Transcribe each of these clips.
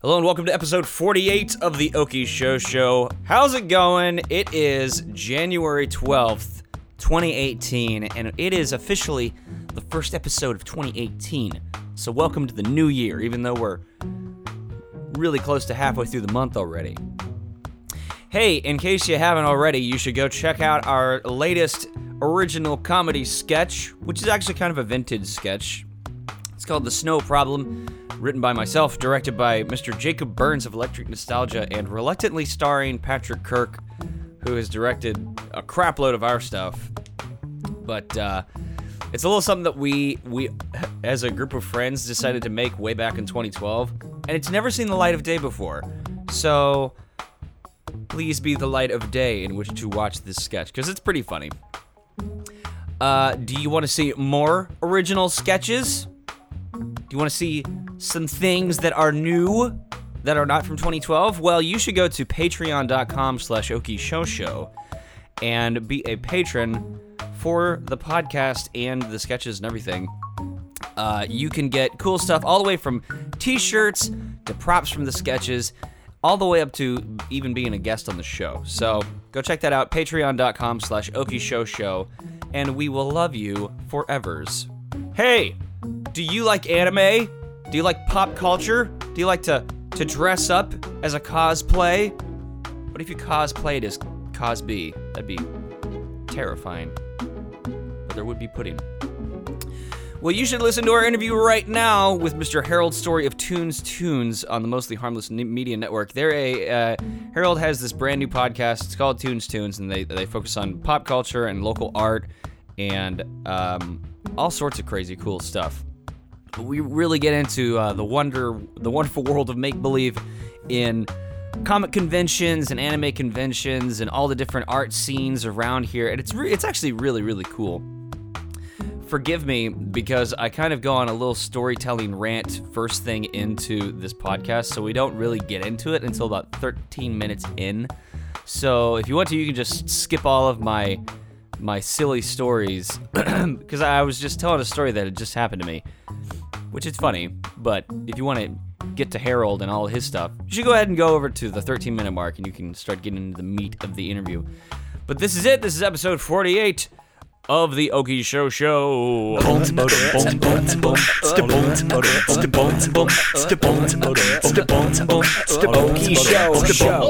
Hello and welcome to episode 48 of the Okie Show Show. How's it going? It is January 12th, 2018, and it is officially the first episode of 2018. So, welcome to the new year, even though we're really close to halfway through the month already. Hey, in case you haven't already, you should go check out our latest original comedy sketch, which is actually kind of a vintage sketch. It's called The Snow Problem, written by myself, directed by Mr. Jacob Burns of Electric Nostalgia, and reluctantly starring Patrick Kirk, who has directed a crapload of our stuff. But uh, it's a little something that we we as a group of friends decided to make way back in 2012, and it's never seen the light of day before. So please be the light of day in which to watch this sketch because it's pretty funny. Uh, do you want to see more original sketches? Do you want to see some things that are new that are not from 2012? Well, you should go to patreon.com slash okishosho and be a patron for the podcast and the sketches and everything. Uh, you can get cool stuff all the way from t-shirts to props from the sketches, all the way up to even being a guest on the show. So go check that out, patreon.com slash okishosho, and we will love you forevers. Hey, do you like anime? Do you like pop culture? Do you like to, to dress up as a cosplay? What if you cosplayed as Cosby? That'd be terrifying. But there would be pudding. Well, you should listen to our interview right now with Mr. Harold Story of Tunes Tunes on the Mostly Harmless Ne- Media Network. They're a uh, Harold has this brand new podcast. It's called Tunes Tunes, and they they focus on pop culture and local art and um, all sorts of crazy cool stuff. But we really get into uh, the wonder, the wonderful world of make believe in comic conventions and anime conventions and all the different art scenes around here, and it's re- it's actually really really cool forgive me because I kind of go on a little storytelling rant first thing into this podcast, so we don't really get into it until about 13 minutes in. So if you want to, you can just skip all of my my silly stories because I was just telling a story that had just happened to me, which is funny. But if you want to get to Harold and all his stuff, you should go ahead and go over to the 13 minute mark, and you can start getting into the meat of the interview. But this is it. This is episode 48 of the Okie Show Show. Hello,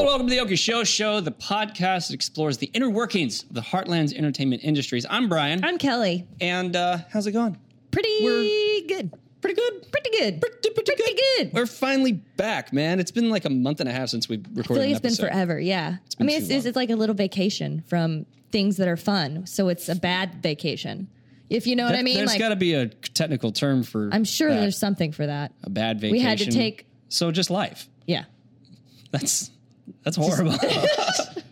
welcome to the Okie Show Show, the podcast that explores the inner workings of the Heartland's entertainment industries. I'm Brian, I'm Kelly. and uh, how's it going? Pretty We're- good. Pretty good. Pretty good. Pretty, pretty, good. We're finally back, man. It's been like a month and a half since we I feel recorded. like an it's been episode. forever. Yeah. I been mean, too it's, it's, long. it's like a little vacation from things that are fun. So it's a bad vacation, if you know what I mean. There's Like, got to be a technical term for. I'm sure that. there's something for that. a bad vacation. we had to take- So just life. Yeah. That's that's horrible. that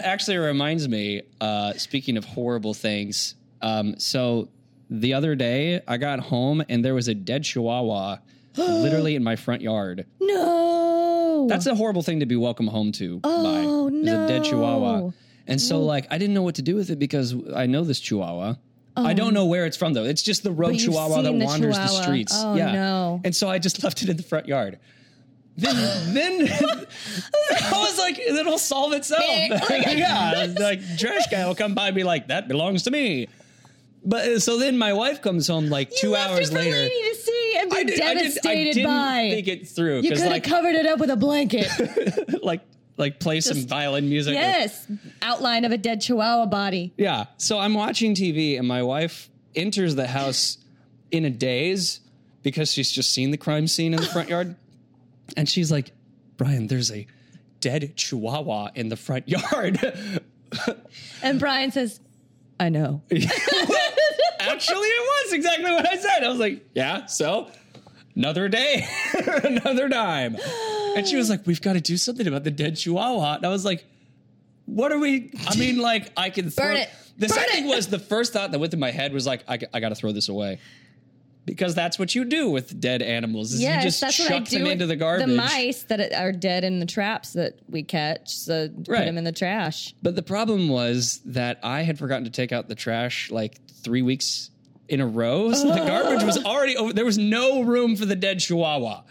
actually reminds me. Uh, speaking of horrible things, um, so the other day I got home and there was a dead Chihuahua literally in my front yard. No. That's a horrible thing to be welcome home to. Oh, by, is a dead Chihuahua. no. Mm. And so, like, I didn't know what to do with it because I know this Chihuahua. I don't know where it's from though. It's just the rogue Um, But you've Chihuahua that seen the wanders the Chihuahua. streets. Oh, yeah. no. And so I just left it in the front yard. Then, then I was like, it'll solve itself. yeah, like trash guy will come by and be like, that belongs to me. But uh, so then my wife comes home like two hours later. lady to see and be I, did, devastated I, did, I didn't by. think it through you could because have like, covered it up with a blanket. like like play some violin music. or- yes. Outline of a dead chihuahua body. Yeah. So I'm watching TV and my wife enters the house in a daze because she's just seen the crime scene in the front yard. And she's like, Brian, there's a dead chihuahua in the front yard. And Brian says, I know. Actually, it was exactly what I said. I was like, yeah, so another day, another dime. And she was like, we've got to do something about the dead chihuahua. And I was like, what are we? I mean, like, I can throw Burn it. The Burn second thing it. was the first thought that went through my head was like, I, got to throw this away. Because that's what you do with dead animals. Is Yes, you just that's chuck what I do. them with into the garbage. The mice that are dead in the traps that we catch, so put Right. them in the trash. But the problem was that I had forgotten to take out the trash like three weeks in a row. So the garbage was already over. There was no room for the dead chihuahua.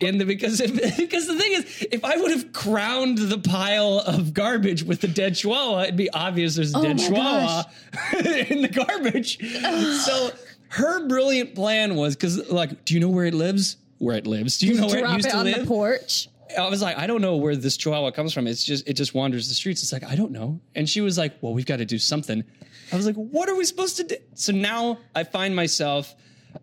in the because if, because the thing is, if I would have crowned the pile of garbage with the dead chihuahua, it'd be obvious there's a Oh dead my chihuahua in the garbage. so her brilliant plan was because like, do you know where it lives? Where it lives? Do you know where it Drop used it to on live? the porch. I was like, I don't know where this chihuahua comes from. It's just it just wanders the streets. It's like, I don't know. And she was like, Well, we've got to do something. I was like, What are we supposed to do? So now I find myself,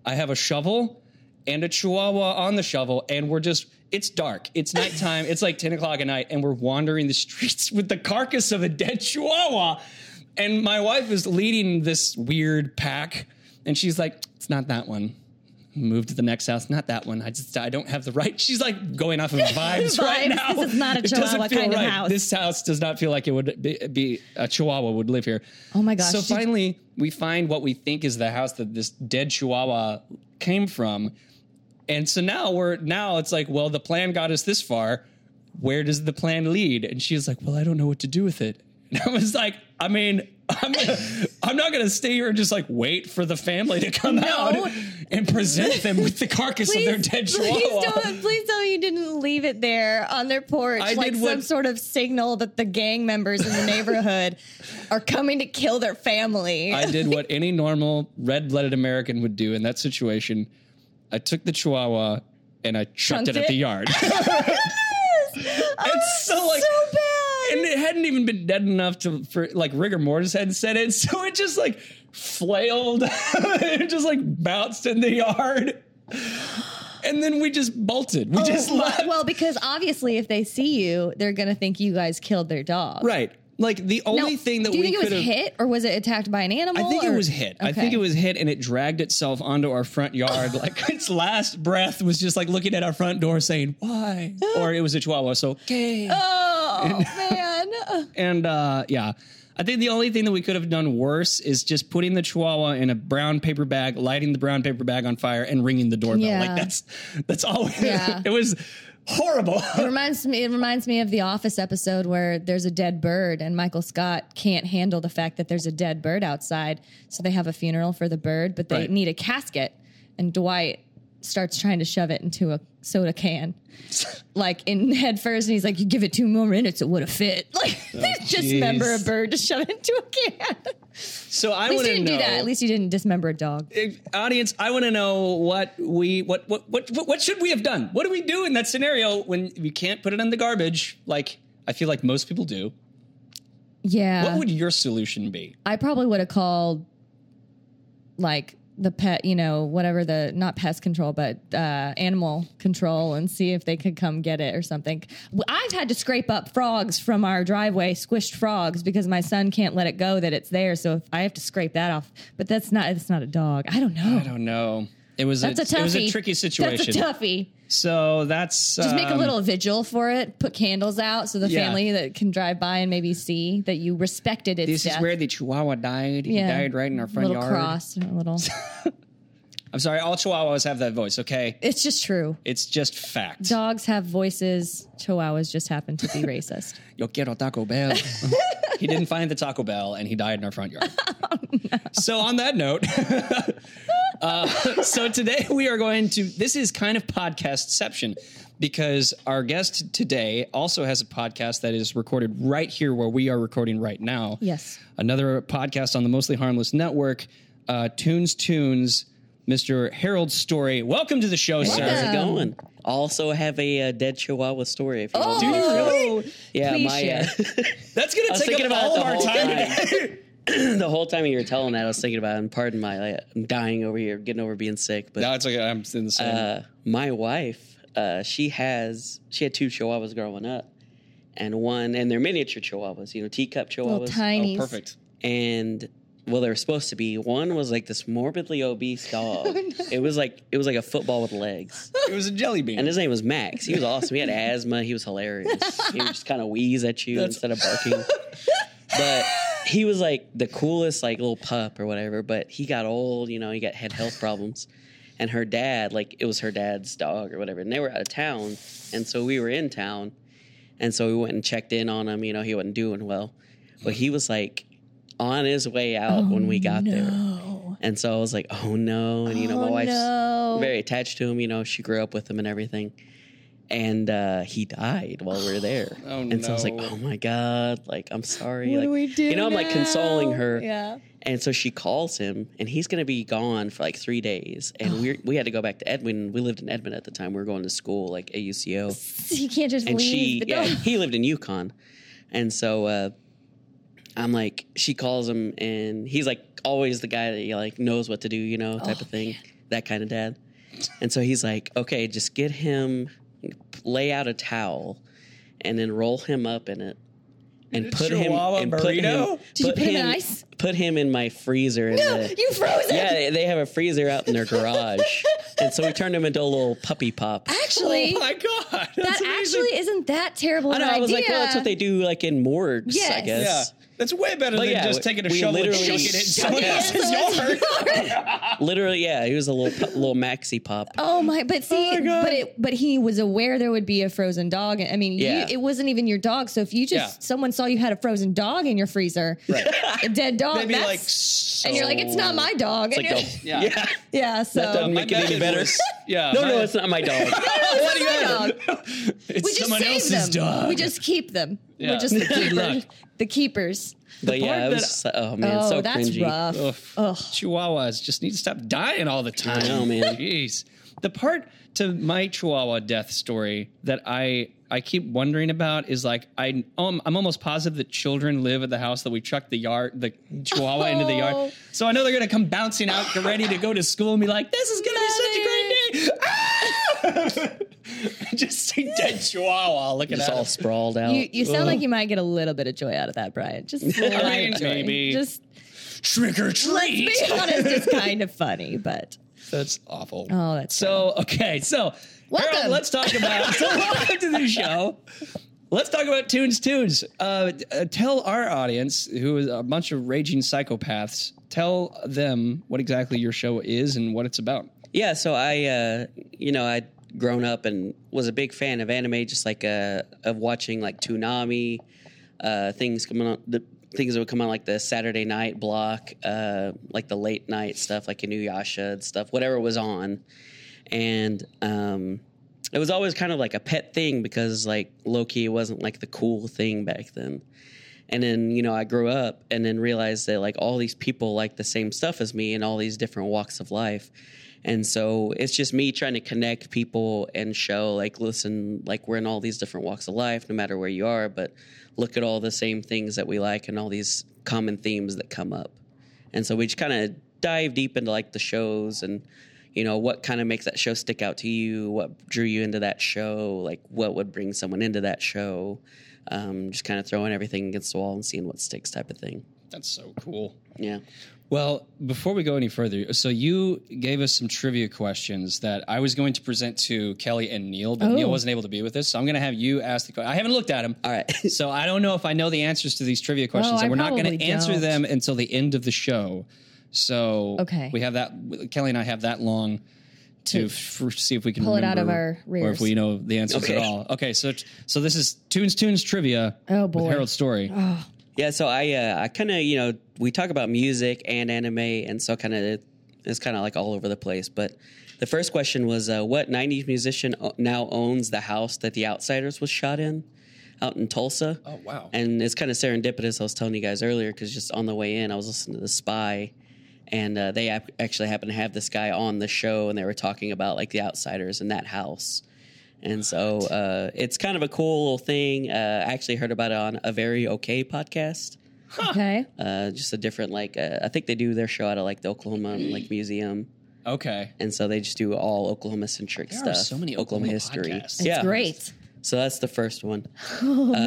I have a shovel and a chihuahua on the shovel, and we're just it's dark. It's nighttime. it's like 10 o'clock at night, and we're wandering the streets with the carcass of a dead chihuahua. And my wife is leading this weird pack, and she's like, It's not that one move to the next house. Not that one. I just I don't have the right. She's like going off of vibes, right Vibes. now. This is not a It doesn't Chihuahua feel kind of house. This house does not feel like it would be, be a Chihuahua would live here. Oh my gosh, So did- finally, we find what we think is the house that this dead Chihuahua came from, and so now we're now it's like well the plan got us this far. Where does the plan lead? And she's like, well, I don't know what to do with it. And I was like, I mean. I'm, gonna, I'm not going to stay here and just like wait for the family to come No. out and present them with the carcass Please, of their dead please chihuahua. don't, please tell me you didn't leave it there on their porch, I like did some what- sort of signal that the gang members in the neighborhood are coming to kill their family. I did what any normal red-blooded American would do in that situation. I took the chihuahua and I chucked Chunked it at the it? Oh, yard. it's so like so bad. and it hadn't even been dead enough to for like rigor mortis hadn't set in, so it just like flailed, it just like bounced in the yard, and then we just bolted. We just Oh, well, left. well, because obviously, if they see you, they're gonna think you guys killed their dog. Right. Like the Now, only thing that do you we think it could was have hit or was it attacked by an animal? I think it or- was hit. I Okay. think it was hit and it dragged itself onto our front yard. like its last breath was just like looking at our front door saying, why? Uh. or it was a chihuahua. So, okay. Oh man! Ugh. And uh, yeah, I think the only thing that we could have done worse is just putting the chihuahua in a brown paper bag, lighting the brown paper bag on fire and ringing the doorbell. Yeah. Like that's, that's all. Yeah. it was horrible. It reminds me. It reminds me of the Office episode where there's a dead bird, and Michael Scott can't handle the fact that there's a dead bird outside. So they have a funeral for the bird, but they Right. need a casket, and Dwight starts trying to shove it into a soda can, like in head first, and he's like, "You give it two more minutes, it would have fit." Like just Oh, jeez. member a bird to shove it into a can. At so I least want you to didn't know. do that. At least you didn't dismember a dog. If- audience, I want to know what we what what what what- what should we have done? What do we do in that scenario when we can't put it in the garbage? Like I feel like most people do. Yeah. What would your solution be? I probably would have called like the pet, you know, whatever the not pest control, but uh, animal control and see if they could come get it or something. W- I've had to scrape up frogs from our driveway, squished frogs, because my son can't let it go that it's there. So if I have to scrape that off, but that's not, it's not a dog. I don't know. I don't know. It was that's a toughie. it was a tricky situation. That's a toughie. so that's um, Just make a little vigil for it. Put candles out so the Yeah. family that can drive by and maybe see that you respected its This death. is where the Chihuahua died. He Yeah. died right in our front little yard. cross, a little. I'm sorry, all Chihuahuas have that voice. Okay, It's just true. it's just fact. Dogs have voices. Chihuahuas just happen to be racist. Yo quiero Taco Bell. he didn't find the Taco Bell and he died in our front yard. Oh, So, on that note, uh, so today we are going to, this is kind of podcastception because our guest today also has a podcast that is recorded right here where we are recording right now. Yes. Another podcast on the Mostly Harmless Network, uh, Tunes Tunes, Mr. Harold Story. Welcome to the show, Hey, how's sir. it going? I also have a uh, dead chihuahua story. If you want. Do you really? yeah, Oh, Please my uh, share. That's going to I was take thinking up about all it of the our whole time time. today. the whole time you were telling that, I was thinking about. It, and pardon my, like, I'm dying over here, getting over being sick. But no, it's okay. I'm in the same. uh, my wife, uh, she has she had two chihuahuas growing up, and one and they're miniature chihuahuas, you know, teacup Little chihuahuas. Oh, tinies. and well they were supposed to be one was like this morbidly obese Oh, dog it was like it was like a football with legs It was a jelly bean. and his name was max he was awesome he had asthma he was hilarious he would just kind of wheeze at you instead of barking but he was like the coolest like little pup or whatever but he got old you know he got had health problems and her dad like it was her dad's dog or whatever and they were out of town and so we were in town and so we went and checked in on him you know he wasn't doing well but he was like on his way out when we got there Oh, No. And so I was like, oh no. And, you know, my Oh, wife's no. very attached to him. You know, she grew up with him and everything. And uh, he died while we were there. Oh, and so I was like, no. oh my God. Like, I'm sorry. What like, do we do? You know, I'm like consoling now? her. Yeah. And so she calls him, and he's going to be gone for like three days. And Oh. we we had to go back to Edwin. We lived in Edmond at the time. We were going to school, like at UCO. You can't just And leave she, the yeah, dog. he lived in Yukon. And so uh, I'm like, she calls him, and he's like always the guy that you like knows what to do, you know, Oh, type of thing, that kind of dad. And so he's like, okay, just get him, lay out a towel, and then roll him up in it. And put him, Chihuahua and put him, burrito? Did you put him in ice? Put him in my freezer. in No, the- you froze it. yeah, they- they have a freezer out in their garage. and so we turned him into a little puppy pop. Actually, Oh my god! that That's amazing. actually isn't that terrible I an know. I was idea. like, well, that's what they do like in morgues, I Yes. yeah, guess. that's way better than yeah, just we- taking a we shovel and literally chucking it in shoved someone it in else's someone's yard. Literally, yeah. He was a little pu- little maxi pop. Oh my! But see, but it, but he was aware there would be a frozen dog. I mean, Yeah. you, it wasn't even your dog. So if you just Yeah. someone saw you had a frozen dog in your freezer, a dead dog, They'd be that's- like, so and you're like, it's not my dog. It's And like, you're- the- Yeah. Uh, yeah. yeah, so doesn't My make it any method better. was- yeah. No, my- no, it's not my dog. What do you my have? we It's just someone save else's them. dog. We just keep them. Yeah. We're just the Good keepers. luck. the keepers. But yeah, part it was that- just like, oh man, oh, so that's cringy. rough. Ugh. Chihuahuas just need to stop dying all the time. I know, man. Jeez. The part to my Chihuahua death story that I I keep wondering about is like I um, I'm almost positive that children live at the house that we chucked the yard the Chihuahua into the Oh. yard. So I know they're gonna come bouncing out, get ready to go to school, and be like, "This is gonna be such a great day!" Ah! just a dead Chihuahua looking Just at all us. sprawled out. You, you sound like you might get a little bit of joy out of that, Brian. Just a little I mean, bit of joy. maybe. Just trick or treat. let's be honest, it's kind of funny, but That's awful. Oh, that's so okay. So Welcome. Harold, let's talk about. so welcome to the show. Let's talk about tunes. Tunes. Uh, uh, tell our audience, who is a bunch of raging psychopaths, tell them what exactly your show is and what it's about. Yeah, so I, uh, you know, I'd grown up and was a big fan of anime, just like uh, of watching like Toonami, uh, things coming on the things that would come on like the Saturday night block, uh, like the late night stuff, like Inuyasha and stuff, whatever was on, and um, it was always kind of like a pet thing because like Loki wasn't like the cool thing back then. And then, you know, I grew up and then realized that like all these people like the same stuff as me in all these different walks of life. And so it's just me trying to connect people and show like, listen, like we're in all these different walks of life, no matter where you are, but look at all the same things that we like and all these common themes that come up. And so we just kind of dive deep into like the shows and, you know, what kind of makes that show stick out to you? What drew you into that show? Like, what would bring someone into that show? Um, just kind of throwing everything against the wall and seeing what sticks, type of thing. That's so cool. Yeah. Well, before we go any further, so you gave us some trivia questions that I was going to present to Kelly and Neil, but Oh. Neil wasn't able to be with us, so I'm going to have you ask the question. I haven't looked at him. All right. so I don't know if I know the answers to these trivia questions, No, I and we're not going to probably answer don't. them until the end of the show. So Okay. we have that. Kelly and I have that long to f- see if we can Pull it out remember of our or if rears. we know the answers Okay. at all. Okay, so t- so this is tunes tunes trivia. Oh, with boy. Harold Story. Yeah, so I uh, I kind of you know we talk about music and anime, and so kind of it's kind of like all over the place. But the first question was, uh, what '90s musician o- now owns the house that The Outsiders was shot in, out in Tulsa? Oh wow. And it's kind of serendipitous. I was telling you guys earlier because just on the way in, I was listening to The Spy, and uh, they ap- actually happened to have this guy on the show, and they were talking about like The Outsiders and that house. And so uh, it's kind of a cool little thing. Uh, I actually heard about it on a very okay podcast. okay. Uh, just a different like uh, I think they do their show out of like the Oklahoma like museum, Okay. and so they just do all Oklahoma centric There stuff. are so many Oklahoma podcasts. It's great. So that's the first one.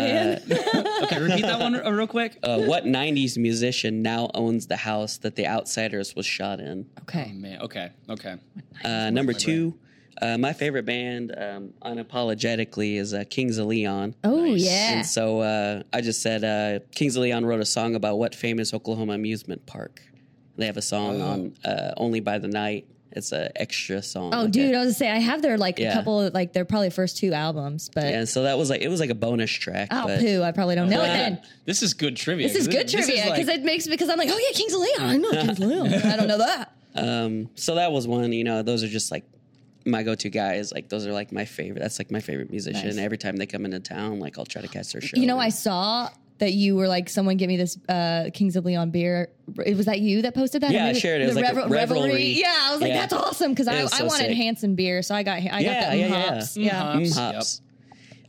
Okay, repeat that one uh, real quick. Uh, what '90s musician now owns the house that The Outsiders was shot in? Okay. Man, okay, okay. Uh, number two, uh, my favorite band, um, unapologetically, is uh, Kings of Leon. Oh yeah. And so uh, I just said uh, Kings of Leon wrote a song about what famous Oklahoma amusement park. They have a song on uh, Only by the Night. It's an extra song. Oh, like uh, dude, a- I was gonna say I have their like a Yeah. couple, like their probably first two albums, but and so that was like it was like a bonus track. oh, but poo, I probably don't know it then. This is good trivia. This is good trivia like- because it makes because I'm like, oh yeah, Kings of Leon. I know Kings of Leon. I don't know that. Um, so that was one. You know, those are just like my go-to guys. Like those are like my favorite. That's like my favorite musician. Nice. Every time they come into town, like I'll try to catch their show. You know, I saw that you were like, someone give me this uh, Kings of Leon beer. It was that you that posted that. Yeah, And I shared it. It the was like a revel- revelry. Yeah, I was like, Yeah. that's awesome because It I, was I so wanted sick. Hanson beer, so I got I Yeah, got the yeah, yeah. hops. Mm, Yeah, hops. Mm, hops.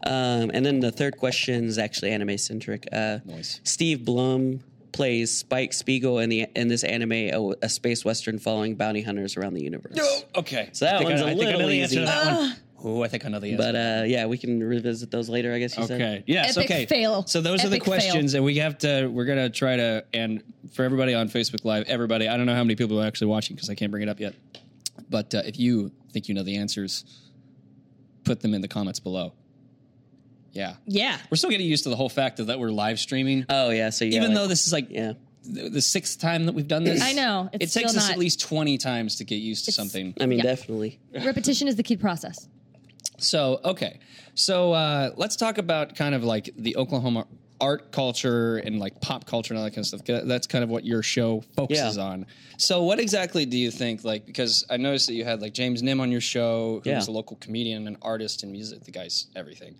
Um, and then the third question is actually anime centric. Uh, Nice. Steve Blum plays Spike Spiegel in the in this anime, a, a space western following bounty hunters around the universe. Yep. Oh, Okay. So that I think one's I, a I think I know little the answer to easy. that one. Oh, I think I know the answer. But uh, yeah, we can revisit those later. I guess you said. Okay. Yes. Epic okay. fail. So those are the Epic fail. questions, and we have to. We're gonna try to. And for everybody on Facebook Live, everybody. I don't know how many people are actually watching because I can't bring it up yet. But uh, if you think you know the answers, put them in the comments below. Yeah. yeah. We're still getting used to the whole fact of that we're live streaming, Oh yeah. So yeah, even like- though this is like yeah. th- the sixth time that we've done this. I know. It It's takes still us at not- least twenty times to get used to something. I mean, Yeah. definitely. Repetition is the key process. So okay, so uh, let's talk about kind of like the Oklahoma art culture and like pop culture and all that kind of stuff. 'cause That's kind of what your show focuses Yeah. on. So what exactly do you think? Like because I noticed that you had like James Nim on your show, who's Yeah. a local comedian and artist and music. The guy's everything,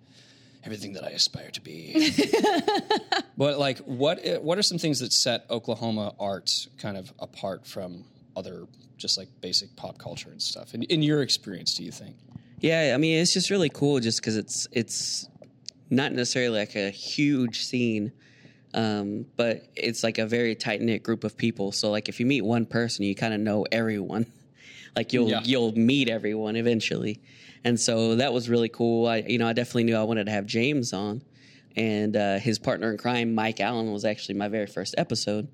everything that I aspire to be. but like, what i- what are some things that set Oklahoma art kind of apart from other just like basic pop culture and stuff? In, in your experience, do you think? Yeah, I mean, it's just really cool just because it's it's not necessarily like a huge scene, um, but it's like a very tight knit group of people. So like, if you meet one person, you kind of know everyone. Like you'll Yeah. you'll meet everyone eventually, and so that was really cool. I you know I definitely knew I wanted to have James on, and uh, his partner in crime Mike Allen was actually my very first episode.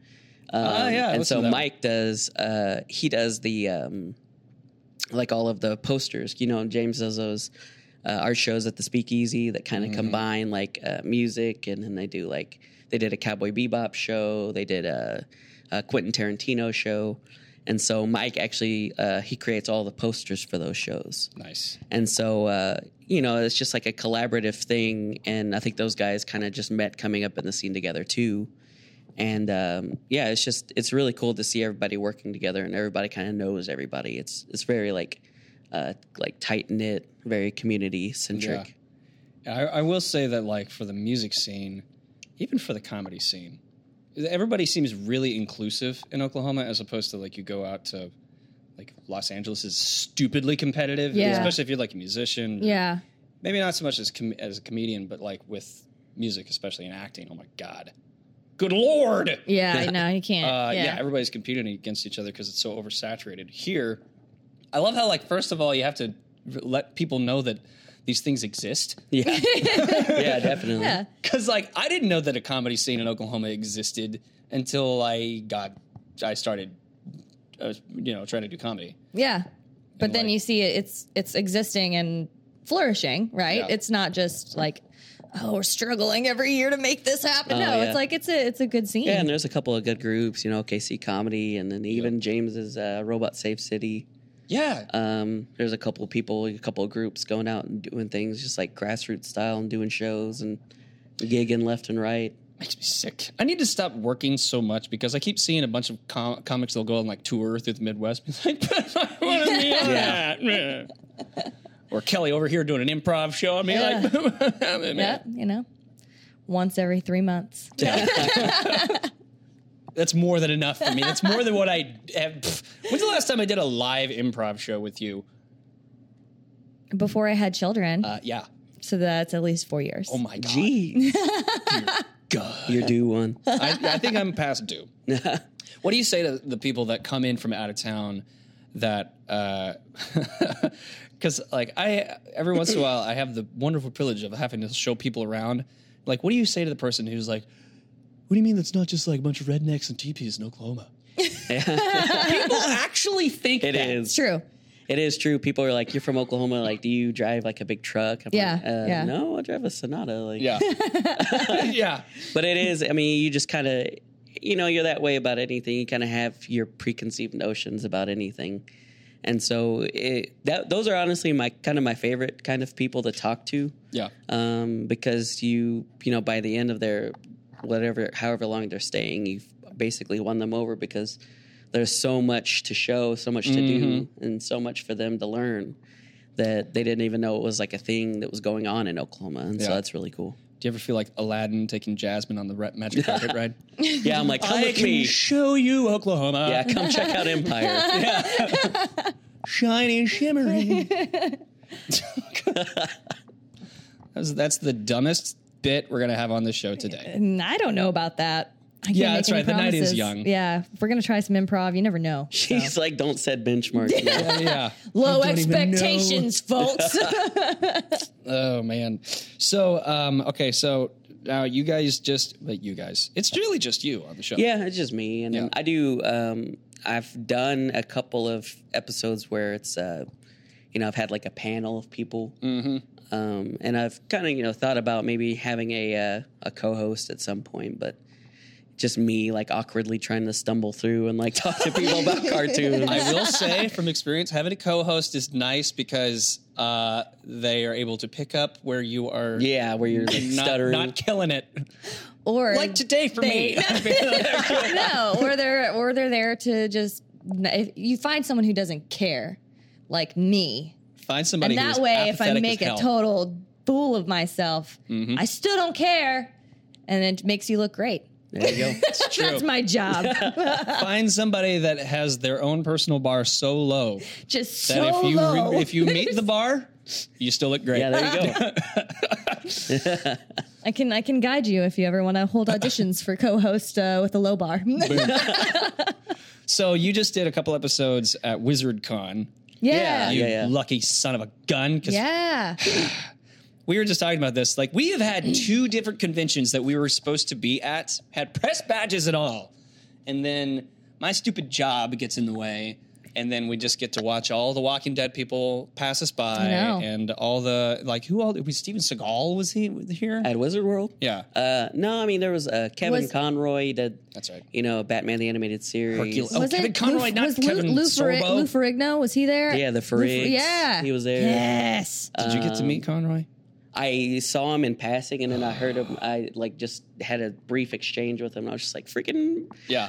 Um, Ah, yeah, I and listened so to that one. Mike does uh, he does the um, like all of the posters. You know, James does those uh, art shows at the Speakeasy that kind of combine like uh, music, and then they do like they did a Cowboy Bebop show, they did a, a Quentin Tarantino show, and so Mike actually uh, he creates all the posters for those shows. Nice. And so, uh, you know, it's just like a collaborative thing. And I think those guys kind of just met coming up in the scene together too. And um, yeah, it's just it's really cool to see everybody working together and everybody kind of knows everybody. It's it's very like uh, like tight knit, very community centric. I, I will say that, like, for the music scene, even for the comedy scene, everybody seems really inclusive in Oklahoma as opposed to, like, you go out to, like, Los Angeles is stupidly competitive, Yeah. especially if you're, like, a musician. Yeah. Maybe not so much as, com- as a comedian, but, like, with music, especially in acting. Oh, my God. Good Lord. Yeah, I know you can't. Uh, yeah. yeah. everybody's competing against each other because it's so oversaturated. Here, I love how like first of all you have to r- let people know that these things exist Yeah, yeah, definitely. Yeah. because like I didn't know that a comedy scene in Oklahoma existed until I got I started uh, you know trying to do comedy. Yeah. But And, then like- you see it, it's it's existing and flourishing, right? Yeah. It's not just like oh, we're struggling every year to make this happen. Oh, no, yeah. it's like it's a it's a good scene. Yeah, and there's a couple of good groups, you know, KC Comedy, and then even James's uh, Robot Safe City. Yeah, Um, there's a couple of people, a couple of groups going out and doing things just like grassroots style and doing shows and gigging left and right. makes me sick. I need to stop working so much because I keep seeing a bunch of com- comics that'll go on like tour through the Midwest. It's like, "But I want to be on that. man." Or Kelly over here doing an improv show. I mean, like, yeah, you know. Once every 3 months. that's more than enough for me. That's more than what I have. pff. When's the last time I did a live improv show with you? Before I had children. Uh, yeah. so that's at least 4 years. Oh my god. Jeez, God. you're due one. I, I think I'm past due. what do you say to the people that come in from out of town that because like I every once in a while I have the wonderful privilege of having to show people around. Like, what do you say to the person who's like, "What do you mean that's not just like a bunch of rednecks and teepees in Oklahoma?" people actually think It that. is. it's true. It is true. People are like, you're from Oklahoma. Like, do you drive like a big truck? I'm Yeah, Like, uh, yeah. No, I drive a Sonata. Like, Yeah. yeah. But it is. I mean, you just kind of, you know, you're that way about anything. You kind of have your preconceived notions about anything, And so it, that those are honestly my kind of my favorite kind of people to talk to Yeah. um, because you you know by the end of their whatever however long they're staying you've basically won them over because there's so much to show so much to do Mm-hmm. and so much for them to learn that they didn't even know it was like a thing that was going on in Oklahoma and so Yeah. that's really cool Do you ever feel like Aladdin taking Jasmine on the re- magic carpet ride? yeah I'm like come I with can me show you Oklahoma. yeah come check out Empire shiny and shimmering. that's, that's the dumbest bit we're gonna have on this show today. And I don't know about that. I can't Yeah, make that's any right. The night is promises. young. Yeah, if we're gonna try some improv. You never know. she's like don't set benchmarks man. yeah. Low I don't even expectations, folks. Oh man. So um, okay, so now you guys just like you guys. It's really just you on the show. Yeah, it's just me, and um, I do. Um, I've done a couple of episodes where it's, uh, you know, I've had like a panel of people, mm-hmm. um, and I've kind of you know thought about maybe having a uh, a co-host at some point, but just me like awkwardly trying to stumble through and like talk to people about cartoons. I will say from experience, having a co-host is nice because uh, they are able to pick up where you are yeah, where you're like not, stuttering. not killing it. or Like today for they- me. no, or they're or they're there to just if you find someone who doesn't care, like me. Find somebody And who that is way, if I apathetic make a as hell. Mm-hmm. total fool of myself, I still don't care, and it makes you look great. there you go. It's true. That's my job. find somebody that has their own personal bar so low just that so if you re- low. if you meet the bar, you still look great. Yeah, there you go. I can I can guide you if you ever want to hold auditions for co-host uh, with a low bar. so you just did a couple episodes at Wizard Con. yeah. You Yeah. Yeah, yeah. lucky son of a gun. 'cause we were just talking about this. Like we have had two different conventions that we were supposed to be at, had press badges and all, and then my stupid job gets in the way, and then we just get to watch all the Walking Dead people pass us by, I know. and all the like who all was Steven Seagal was he here? At Wizard World. yeah, Uh, no, I mean there was uh, Kevin Was- Conroy did. That's right. You know, Batman the animated series. Hercules. Oh, Was Kevin it Conroy, not was Lou- Kevin Lou, Ferri- Sorbo. Lou Ferrigno, was he there? Yeah, the Lou Fer- Ferrigs. Yeah, He was there. Yes. did you get to meet Conroy? I saw him in passing, and then I heard him. I like just had a brief exchange with him. And I was just like, "Freaking Yeah,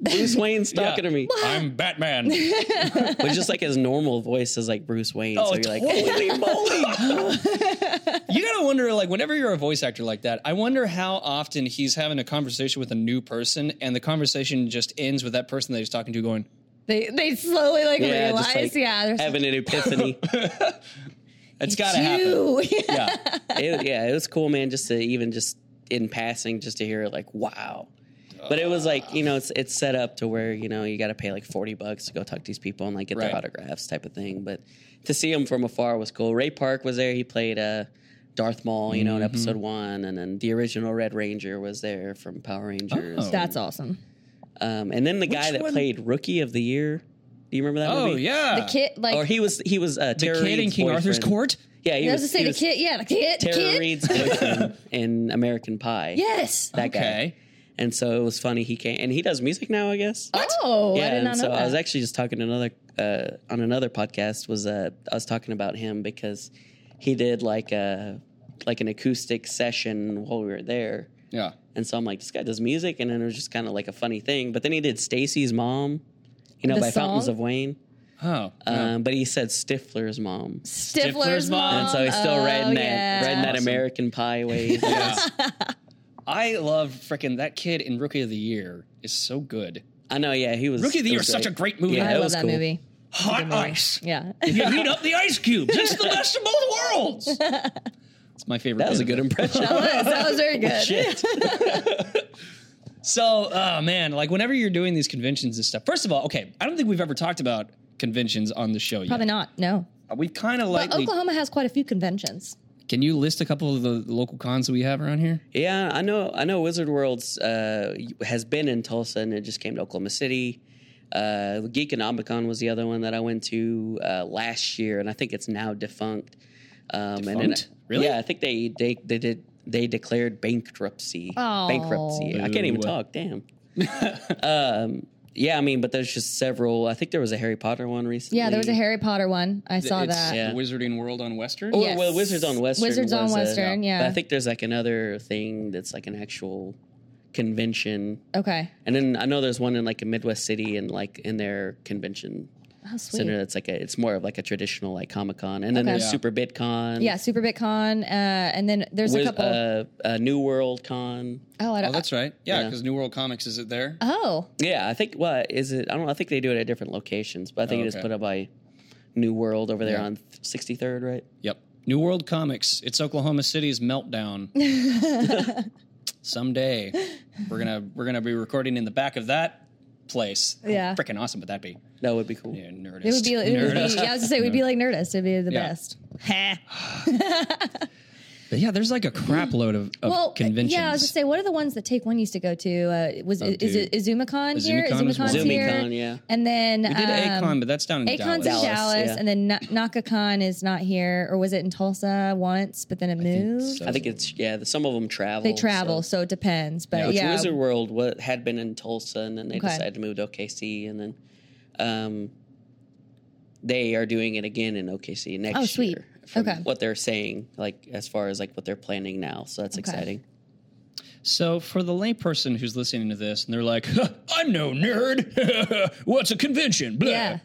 Bruce Wayne's talking Yeah. to me," I'm Batman. but just like his normal voice is like Bruce Wayne. Oh, so you're like, totally you gotta wonder, like, whenever you're a voice actor like that, I wonder how often he's having a conversation with a new person, and the conversation just ends with that person that he's talking to going, They they slowly like "Yeah," realize. just like yeah, there's having an epiphany. "It's gotta happen." you. Yeah. Yeah, It- yeah, it was cool, man. Just to even just in passing, just to hear like, "Wow." But it Ah. was like you know it's it's set up to where you know you got to pay like forty bucks to go talk to these people and like get Right. their autographs type of thing. But to see him from afar was cool. Ray Park was there. He played uh, Darth Maul, you know, in Mm-hmm. episode one, and then the original Red Ranger was there from Power Rangers. Oh. That's awesome. Um, and then the guy that one? played Rookie of the Year. Do you remember that oh movie? yeah, The kid like Or he was he was uh, the Tara kid in Reid's King Arthur's boyfriend. court. Yeah, he I was was, to say he the was kid, yeah, the kid, Tara kid. Reid's boyfriend in American Pie. Yes. that guy. Okay. And so it was funny. He came and he does music now, I guess. Oh, yeah, I did and not know so that. I was actually just talking to another uh, on another podcast was uh, I was talking about him because he did like a like an acoustic session while we were there, Yeah, and so I'm like, this guy does music, and then it was just kind of like a funny thing. But then he did Stacy's mom, you know, The by Fountains song? of Wayne, oh, Uh, um, but he said Stifler's mom. Stifler's Stifler's mom. mom. And so he's still oh, riding that yeah. riding that Awesome. American Pie wave. yeah. I love freaking that kid in Rookie of the Year is so good. I know, yeah, he was Rookie of the Year it was is such a great movie. Yeah, I that love was that cool. movie. Hot ice. Yeah. You heat up the ice cubes. It's the best of both worlds. It's my favorite. That was a bit good of it. impression. that was that was very good. Shit. So, oh man, like whenever you're doing these conventions and stuff, first of all, okay, I don't think we've ever talked about conventions on the show Probably not. No. yet. We've kind of But lightly. Oklahoma has quite a few conventions. Can you list a couple of the local cons that we have around here? Yeah, I know. I know. Wizard World's uh, has been in Tulsa, and it just came to Oklahoma City. Uh, Geekonomicon was the other one that I went to uh, last year, and I think it's now defunct. Um, And then, Defunct? Really? Yeah, I think they they they did they declared bankruptcy. Oh. Bankruptcy. I can't even Boo. talk. Damn. um, yeah, I mean, but there's just several. I think there was a Harry Potter one recently. Yeah, there was a Harry Potter one. I saw Mm. it's that. Oh, Yeah. the Wizarding World on Western. Or, Yes. well, Wizards on Western. Wizards on was a- Western, yeah. But I think there's like another thing that's like an actual convention. Okay. And then I know there's one in like a Midwest city and like in their convention Oh, sweet. center that's like a, it's more of like a traditional like Comic Con. And then Okay. there's Yeah. Super BitCon. Yeah, Super BitCon, uh, and then there's Wiz- a couple. uh, uh, New World Con. oh, I Oh, don't. that's right. Yeah, Yeah. because New World Comics is it there? oh, Yeah, I think what is it? I don't. know. I think they do it at different locations, but I think Oh, it is okay. put up by New World over there Yeah. on 63rd, right? Yep. New World Comics. It's Oklahoma City's meltdown. Someday we're gonna we're gonna be recording in the back of that place. How Yeah. Freaking awesome would that be? That would be cool. Yeah, nerdist. it would be. It would be yeah, I was Nerdist. gonna say we'd be like Nerdist. It'd be the Yeah. best. But yeah, there's like a crap load of, of well, conventions. Oh, yeah, I was gonna say what are the ones that Take One used to go to? Uh, was is dude. it Izumicon here? Izumicon is one. Izumicon's here, ZoomyCon, yeah. and then we did Acon, um, but that's down in Acon's Dallas. in Dallas, yeah. and then Na- NakaCon is not here, or was it in Tulsa once? But then it moved. so. I think it's yeah. the- Some of them travel. They travel, So. so. it depends. But Which yeah, Wizard World what had been in Tulsa, and then they Okay. decided to move to OKC, and then um, they are doing it again in OKC next Oh, sweet. year. from Okay. What they're saying, like as far as like what they're planning now, so that's Okay. exciting. So for the layperson who's listening to this and they're like, "Huh, I'm no nerd. What's a convention? Blah. Yeah.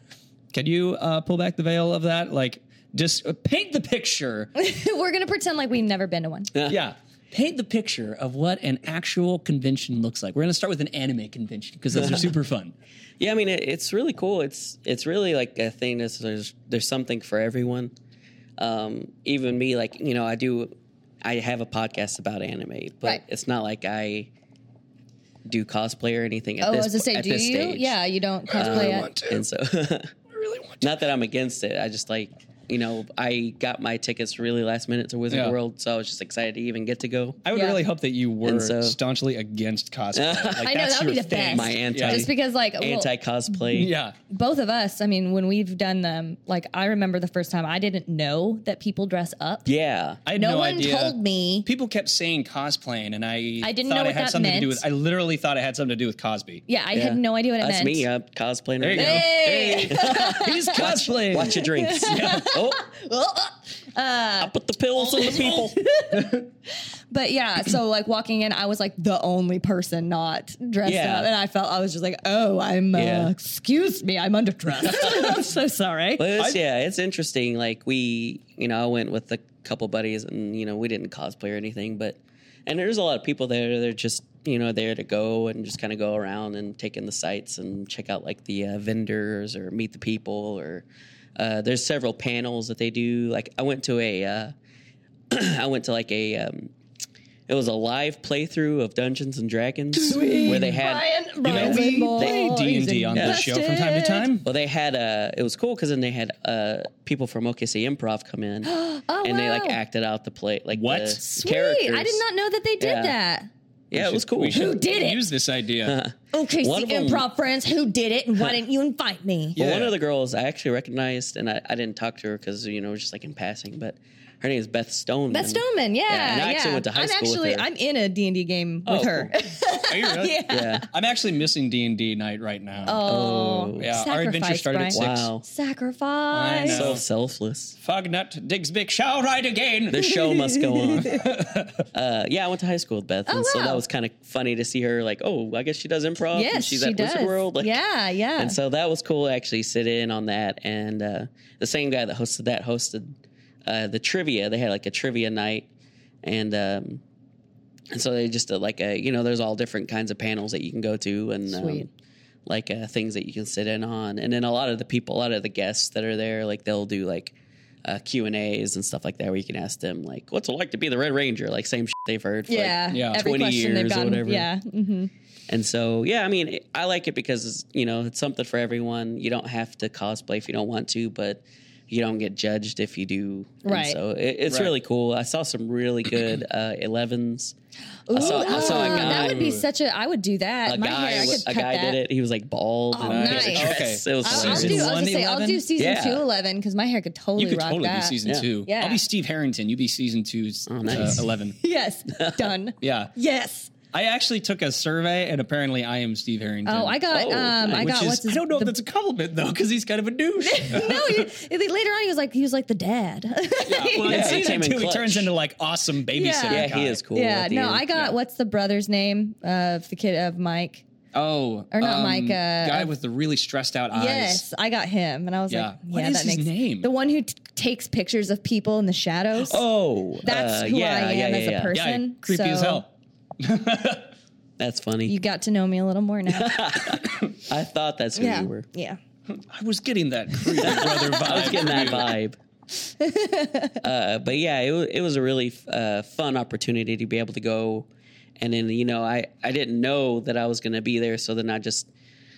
Can you uh, pull back the veil of that? Like, just uh, paint the picture. we're gonna pretend like we've never been to one. yeah. Paint the picture of what an actual convention looks like. We're going to start with an anime convention because those are super fun. Yeah, I mean it, it's really cool. It's it's really like a thing that's there's there's something for everyone. Um, even me, like you know, I do, I have a podcast about anime, but Right. it's not like I do cosplay or anything. At Oh, this, I was gonna say, at do you? this Stage. Yeah, you don't Uh, cosplay it. and so not that I'm against it. I just like you know I got my tickets really last minute to Wizard Yeah. World, so I was just excited to even get to go. I would Yeah. really hope that you were And so- staunchly against cosplay. Like, I know, that's that would your be the best. thing. My anti Just because, like, well, anti cosplay. Yeah. both of us, I mean, when we've done them, like, I remember the first time I didn't know that people dress up. yeah. I had No no, one idea. told me. People kept saying cosplaying, and I I didn't thought know it what had that something to do meant. with. I literally thought it had something to do with Cosby. Yeah, I Yeah. had no idea what it That's meant. me. I'm cosplaying. There right you go. now. Hey! He's cosplaying. Watch your drinks. Oh, I put the pills on the people. But yeah, so like walking in, I was like the only person not dressed Yeah. up, and I felt I was just like, oh, I'm. Uh, Yeah. excuse me, I'm underdressed. I'm so sorry. But it's, yeah, it's interesting. Like we, you know, I went with a couple buddies, and you know, we didn't cosplay or anything, but and there's a lot of people there. They're just you know there to go and just kind of go around and take in the sights and check out like the uh, vendors or meet the people or uh, there's several panels that they do. Like I went to a, uh, I went to like a. Um, it was a live playthrough of Dungeons and Dragons where they had Brian, You know, Brian's we a boy. play D He's and D on this show from time to invested. time. Well, they had uh, it was cool because then they had uh, people from OKC Improv come in, and Oh, they like wow. acted out the play, like What? the Sweet. characters. I did not know that they did Yeah. that. Yeah, it was cool. We should did it? Use this idea. Okay, see, One of 'em- improv friends, who did it, and why didn't you invite me? Well, one Yeah. of the girls I actually recognized, and I, I didn't talk to her because you know it was just like in passing, but her name is Beth Stone. Beth Stoneman, yeah, yeah. and I actually went to high I'm school with actually her. I'm in a D and D game with Oh, her. Are you really? Yeah. I'm actually missing D and D night right now. Oh, yeah. Our adventure sacrifice, started at Brian. six. Wow. I Sacrifice. know. So selfless. Fognut digs big shall ride again. The show must go on. uh, yeah, I went to high school with Beth, and so Oh, wow. that was kind of funny to see her. Like, oh, I guess she does improv. and Yes, she's she at does. Wizard World. Like, yeah, yeah. And so that was cool to actually sit in on that. And uh, the same guy that hosted that hosted uh, the trivia. They had like a trivia night. And um, and so they just did like a, you know, there's all different kinds of panels that you can go to and Sweet. Um, like uh, things that you can sit in on. And then a lot of the people, a lot of the guests that are there, like they'll do like uh, Q and A's and stuff like that, where you can ask them like, what's it like to be the Red Ranger? Like same shit they've heard. For, like, yeah, yeah, every 20 question they've years or gotten. whatever. Yeah, hmm and so, yeah, I mean, it- I like it because, you know, it's something for everyone. You don't have to cosplay if you don't want to, but you don't get judged if you do. And Right. so it, it's Right. really cool. I saw some really good uh, 11s. I saw, I saw a Ooh, guy. that would be such a. I would do that. a My guy, hair, I w- could a cut guy that. did it. He was like bald Oh, and nice. he was dressed. It was I'll, I'll hilarious. do. I'll Season just say I'll 111? do season Yeah. two eleven because my hair could totally You could rock totally that. do season Yeah. Oh, two. Yeah. I'll be Steve Harrington. You be season two. nice. uh, Eleven. yes, done. uh, Yeah. Yes, I actually took a survey, and apparently I am Steve Harrington. Oh, I got. Oh, um, I which got. is- what's his, I don't know if the- that's a compliment though, because he's kind of a douche. no, you, later on he was like he was like the dad. Yeah, well, Yeah, I see he that came in too. He clutch. turns into like awesome babysitter. Yeah, guy. he is cool. at the no, end. I got Yeah. what's the brother's name of the kid of Mike? Oh, Or not Mike, uh, guy uh, with the really stressed out eyes. Yes, I got him, and I was Yeah. like, What yeah, is that his makes name? the one who t- takes pictures of people in the shadows. Oh, That's uh, who yeah, I am yeah, as yeah, a yeah. Yeah, person. creepy as so hell. That's funny. You got to know me a little more now. I thought that's who yeah, you were. yeah. I was getting that creepy brother vibe. I was getting that vibe. uh, but yeah, it, wa- it was a really uh, fun opportunity to be able to go. And then, you know, I, I didn't know that I was going to be there. So then I just,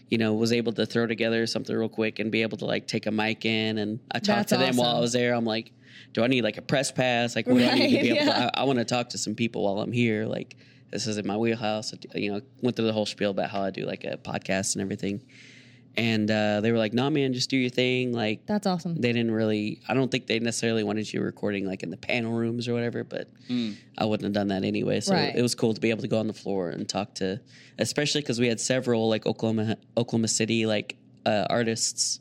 you know, was able to throw together something real quick and be able to like take a mic in. And I That's talked to them while I awesome. was there. I'm like, do I need like a press pass? Like, what do I need to Right, be yeah. able to? I, I want to talk to some people while I'm here. Like, this is in my wheelhouse. You know, went through the whole spiel about how I do like a podcast and everything. And uh, they were like, nah, man, just do your thing. Like, That's awesome. they didn't really i don't think they necessarily wanted you recording like in the panel rooms or whatever but Hmm. i wouldn't have done that anyway so Right. it was cool to be able to go on the floor and talk to especially because we had several like oklahoma oklahoma city like uh, artists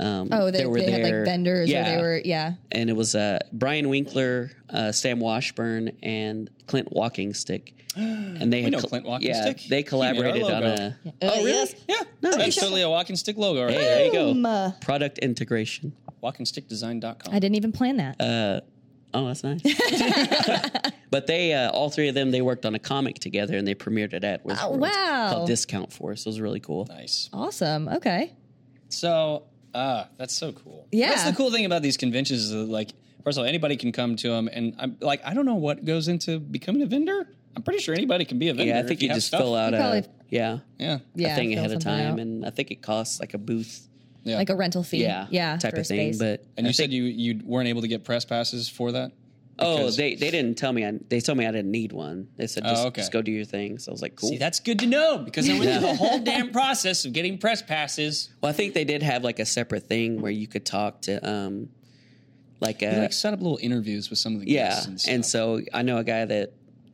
um, Oh, they, they had like vendors, yeah or they were yeah. and it was uh, Brian Winkler, uh, Sam Washburn, and Clint Walking Stick, and they We had know Clint Walking yeah, Stick. They He made our collaborated on logo. a Oh, really? Yeah, that's totally a walking stick logo. Right hey, there. there you go, Boom. Uh, product integration. Walkingstickdesign.com. I didn't even plan that. Oh, that's nice. but they, uh, all three of them, they worked on a comic together and they premiered it at Wizard Oh, World. wow. Called Discount Force. It was really cool. Nice. awesome. Okay. So, uh, that's so cool. Yeah. That's the cool thing about these conventions is that, like, first of all, anybody can come to them. And I'm like, I don't know what goes into becoming a vendor. I'm pretty sure anybody can be a vendor. Yeah, I if think you have just stuff. fill out You a probably- yeah, Yeah. Yeah. a thing fill ahead of something time, out. and I think it costs like a booth, Yeah. like a rental fee. yeah, Yeah. type for of thing. space. But and you said you, you weren't able to get press passes for that? oh, because- they they didn't tell me. I, they told me I didn't need one. They said Oh, just, okay. just go do your thing. So I was like, cool. See, that's good to know because I went through the whole damn process of getting press passes. well, I think they did have like a separate thing where you could talk to um, like uh, They a like set up little interviews with some of the Yeah, guests and and, stuff. so I know a guy that,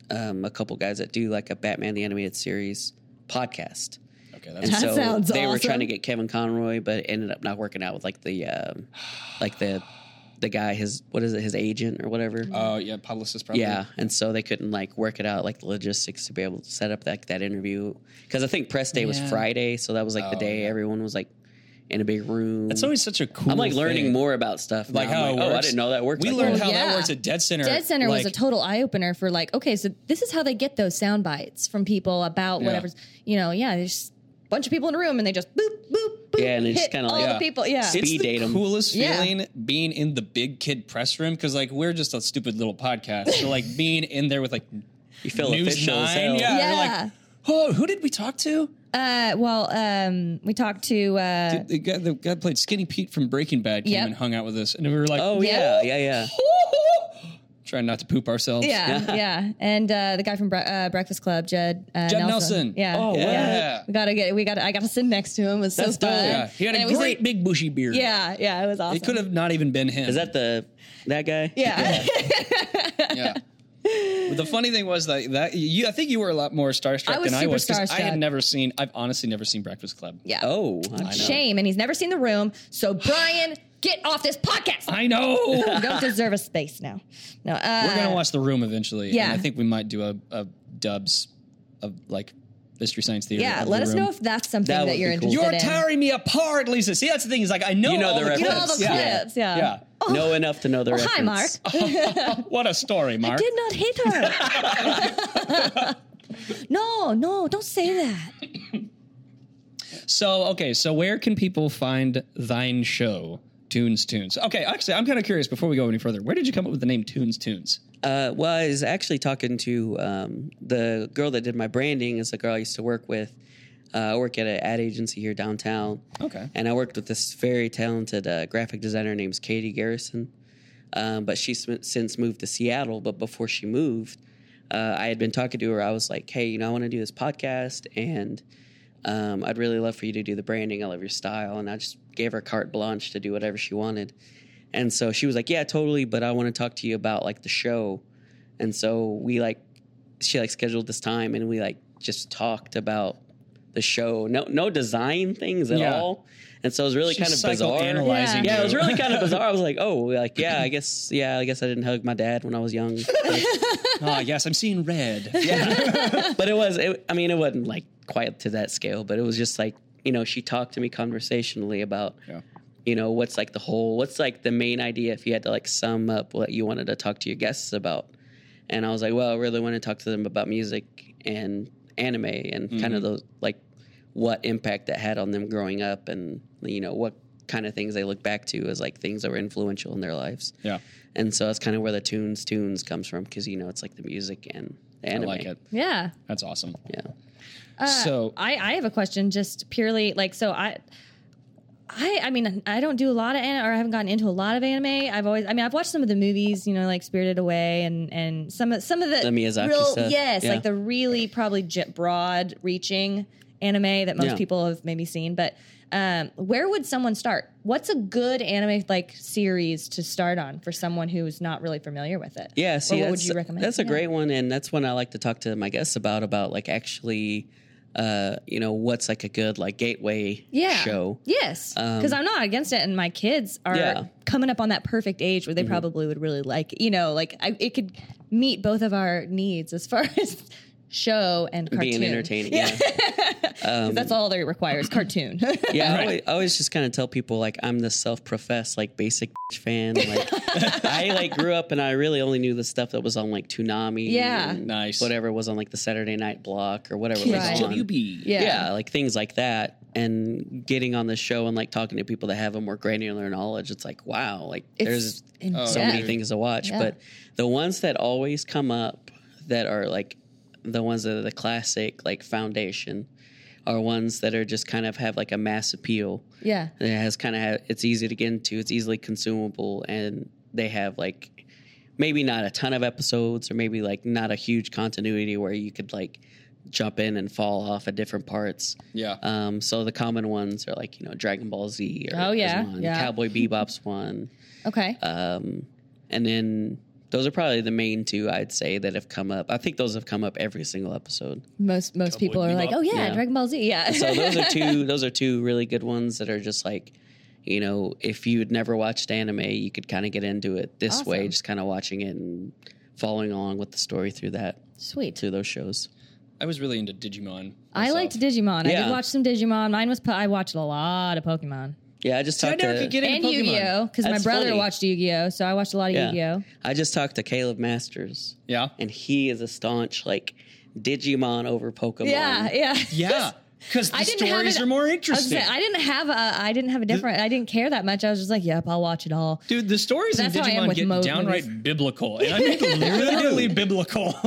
um, a couple guys that do like a Batman the Animated Series podcast, okay, and that's That so sounds they were awesome. trying to get Kevin Conroy, but it ended up not working out with like the, um, like the, the guy his what is it his agent or whatever. oh yeah, publicist probably. yeah, and so they couldn't like work it out like the logistics to be able to set up like that interview because I think press day was Yeah. Friday, so that was like the day everyone was like in a big room. Oh, That's always such a cool. I'm like learning thing. more about stuff. like now. how I'm it like, works. oh I didn't know that worked. We like learned that. how Yeah. that works at Dead Center. Dead Center was like- a total eye opener for like, okay, so this is how they get those sound bites from people about Yeah. whatever's, you know, yeah, there's a bunch of people in a room and they just boop, boop, boop. Yeah, and it's hit kinda all like- Yeah. the people. Yeah. Speed It's the date 'em. coolest Yeah. feeling being in the big kid press room because like we're just a stupid little podcast. So like being in there with like you feel News official as Nine, hell. yeah, you're like, Yeah. oh, who did we talk to? Uh, well, um, we talked to, uh, the guy the guy played Skinny Pete from Breaking Bad came Yep. and hung out with us, and we were like, Oh Yeah. yeah, yeah, yeah. trying not to poop ourselves. yeah, yeah, and uh, the guy from Bre- uh, Breakfast Club, Jed, uh, Judd Nelson. Yeah, Oh, Yeah. We got to get, we got, I got to sit next to him. It was so dope. fun. Yeah, he had And it a was great like- big bushy beard. yeah, yeah, it was awesome. it could have not even been him. Is that the that guy? yeah. yeah. But the funny thing was that that you, I think you were a lot more starstruck I was than I super was because I had starstruck. never seen. I've honestly never seen Breakfast Club. yeah. Oh, I know. shame, and he's never seen the room. So Brian, get off this podcast. I know. you don't deserve a space now. No, uh, We're gonna watch The Room eventually. yeah. and I think we might do a, a dubs of like Mystery Science Theater. Yeah, of let The us Room. know if that's something That that, would you're be cool. interested you're in. tearing me apart, Lisa. See, that's the thing is like I know, You know all the the, reference. You know clips. all the Yeah. clips, yeah. Yeah. Know enough to know the Oh. Hi, Mark. reference. I What a story, Mark. did not hit her. no, no, don't say that. So okay, so where can people find thine show? Tunes Tunes. Okay, actually, I'm kind of curious before we go any further. Where did you come up with the name Tunes Tunes? Uh, well, I was actually talking to um, the girl that did my branding. Is a girl I used to work with. Uh, I work at an ad agency here downtown. Okay. And I worked with this very talented uh, graphic designer named Katie Garrison. Um, but she's m- since moved to Seattle. But before she moved, uh, I had been talking to her. I was like, hey, you know, I want to do this podcast and um, I'd really love for you to do the branding. I love your style. And I just gave her carte blanche to do whatever she wanted. And so she was like, yeah, totally. But I want to talk to you about like the show. And so we like she like scheduled this time and we like just talked about the show. No no design things at Yeah. all. And so it was really She's kind of bizarre. psychoanalyzing Yeah, it was you. really kind of bizarre. I was like, oh, like yeah, I guess yeah, I guess I didn't hug my dad when I was young. Ah, yes, I'm seeing red. but it was it, i mean it wasn't like quite to that scale but it was just like you know she talked to me conversationally about Yeah. you know what's like the whole what's like the main idea if you had to like sum up what you wanted to talk to your guests about and i was like well i really want to talk to them about music and anime and kind Mm-hmm. of those like what impact that had on them growing up and you know what kind of things they look back to as like things that were influential in their lives Yeah, and so that's kind of where the tunes tunes comes from because you know it's like the music and the anime I like it. Yeah. That's awesome. yeah so Uh, I, I have a question just purely like so I I I mean I don't do a lot of anime or I haven't gotten into a lot of anime. I've always I mean I've watched some of the movies, you know, like Spirited Away and and some of some of the, The Miyazaki real stuff, yes, yeah. like the really probably j- broad reaching anime that most Yeah. people have maybe seen, but um, where would someone start? What's a good anime like series to start on for someone who's not really familiar with it? Yeah, see, what would that's- you recommend? That's a Yeah. great one, and that's one I like to talk to my guests about. About like actually, uh, you know, what's like a good like gateway yeah. show. Yes, Um, because I'm not against it, and my kids are Yeah. Mm-hmm. coming up on that perfect age where they probably would really like, you know, like I, it could meet both of our needs as far as show and cartoon. Being entertaining, yeah. 'Cause that's all that it requires. cartoon. Yeah, I, always, I always just kind of tell people like I'm the self-professed like basic bitch fan. Like I like grew up and I really only knew the stuff that was on like Toonami, Yeah. and Nice. whatever was on like the Saturday Night Block or whatever Kids was on. WB. Yeah. yeah. like things like that. And getting on the show and like talking to people that have a more granular knowledge, it's like wow, like It's there's in so depth. many things to watch. Yeah. But the ones that always come up that are like the ones that are the classic like foundation are ones that are just kind of have like a mass appeal. Yeah. And it has kind of it's easy to get into, it's easily consumable, and they have like maybe not a ton of episodes or maybe like not a huge continuity where you could like jump in and fall off at different parts. Yeah. Um, so the common ones are like you know Dragon Ball Z or Oh, yeah, is one, yeah. Cowboy Bebop's one. Okay. Um, and then those are probably the main two I'd say that have come up. I think those have come up every single episode. most most people are like, Bebop. oh yeah, Yeah. Dragon Ball Z. Yeah. So those are two. Those are two really good ones that are just like, you know, if you'd never watched anime, you could kind of get into it this way, Awesome. just kind of watching it and following along with the story through that Sweet. through those shows. I was really into Digimon. I myself. liked Digimon. I did Yeah. watch some Digimon. Mine was po- I watched a lot of Pokemon Yeah, I just I talked never to could get into and Pokemon. Yu Gi Oh because my That's brother funny. watched Yu Gi Oh, so I watched a lot of Yeah. Yu Gi Oh. I just talked to Caleb Masters, Yeah. and he is a staunch like Digimon over Pokemon. Yeah, yeah, Yeah. Because the stories an- are more I, was interesting. gonna say, I didn't have a. I didn't have a different. I didn't care that much. I was just like, yep, I'll watch it all. Dude, the stories in That's how I am Digimon with get most downright movies. biblical. And I mean literally biblical.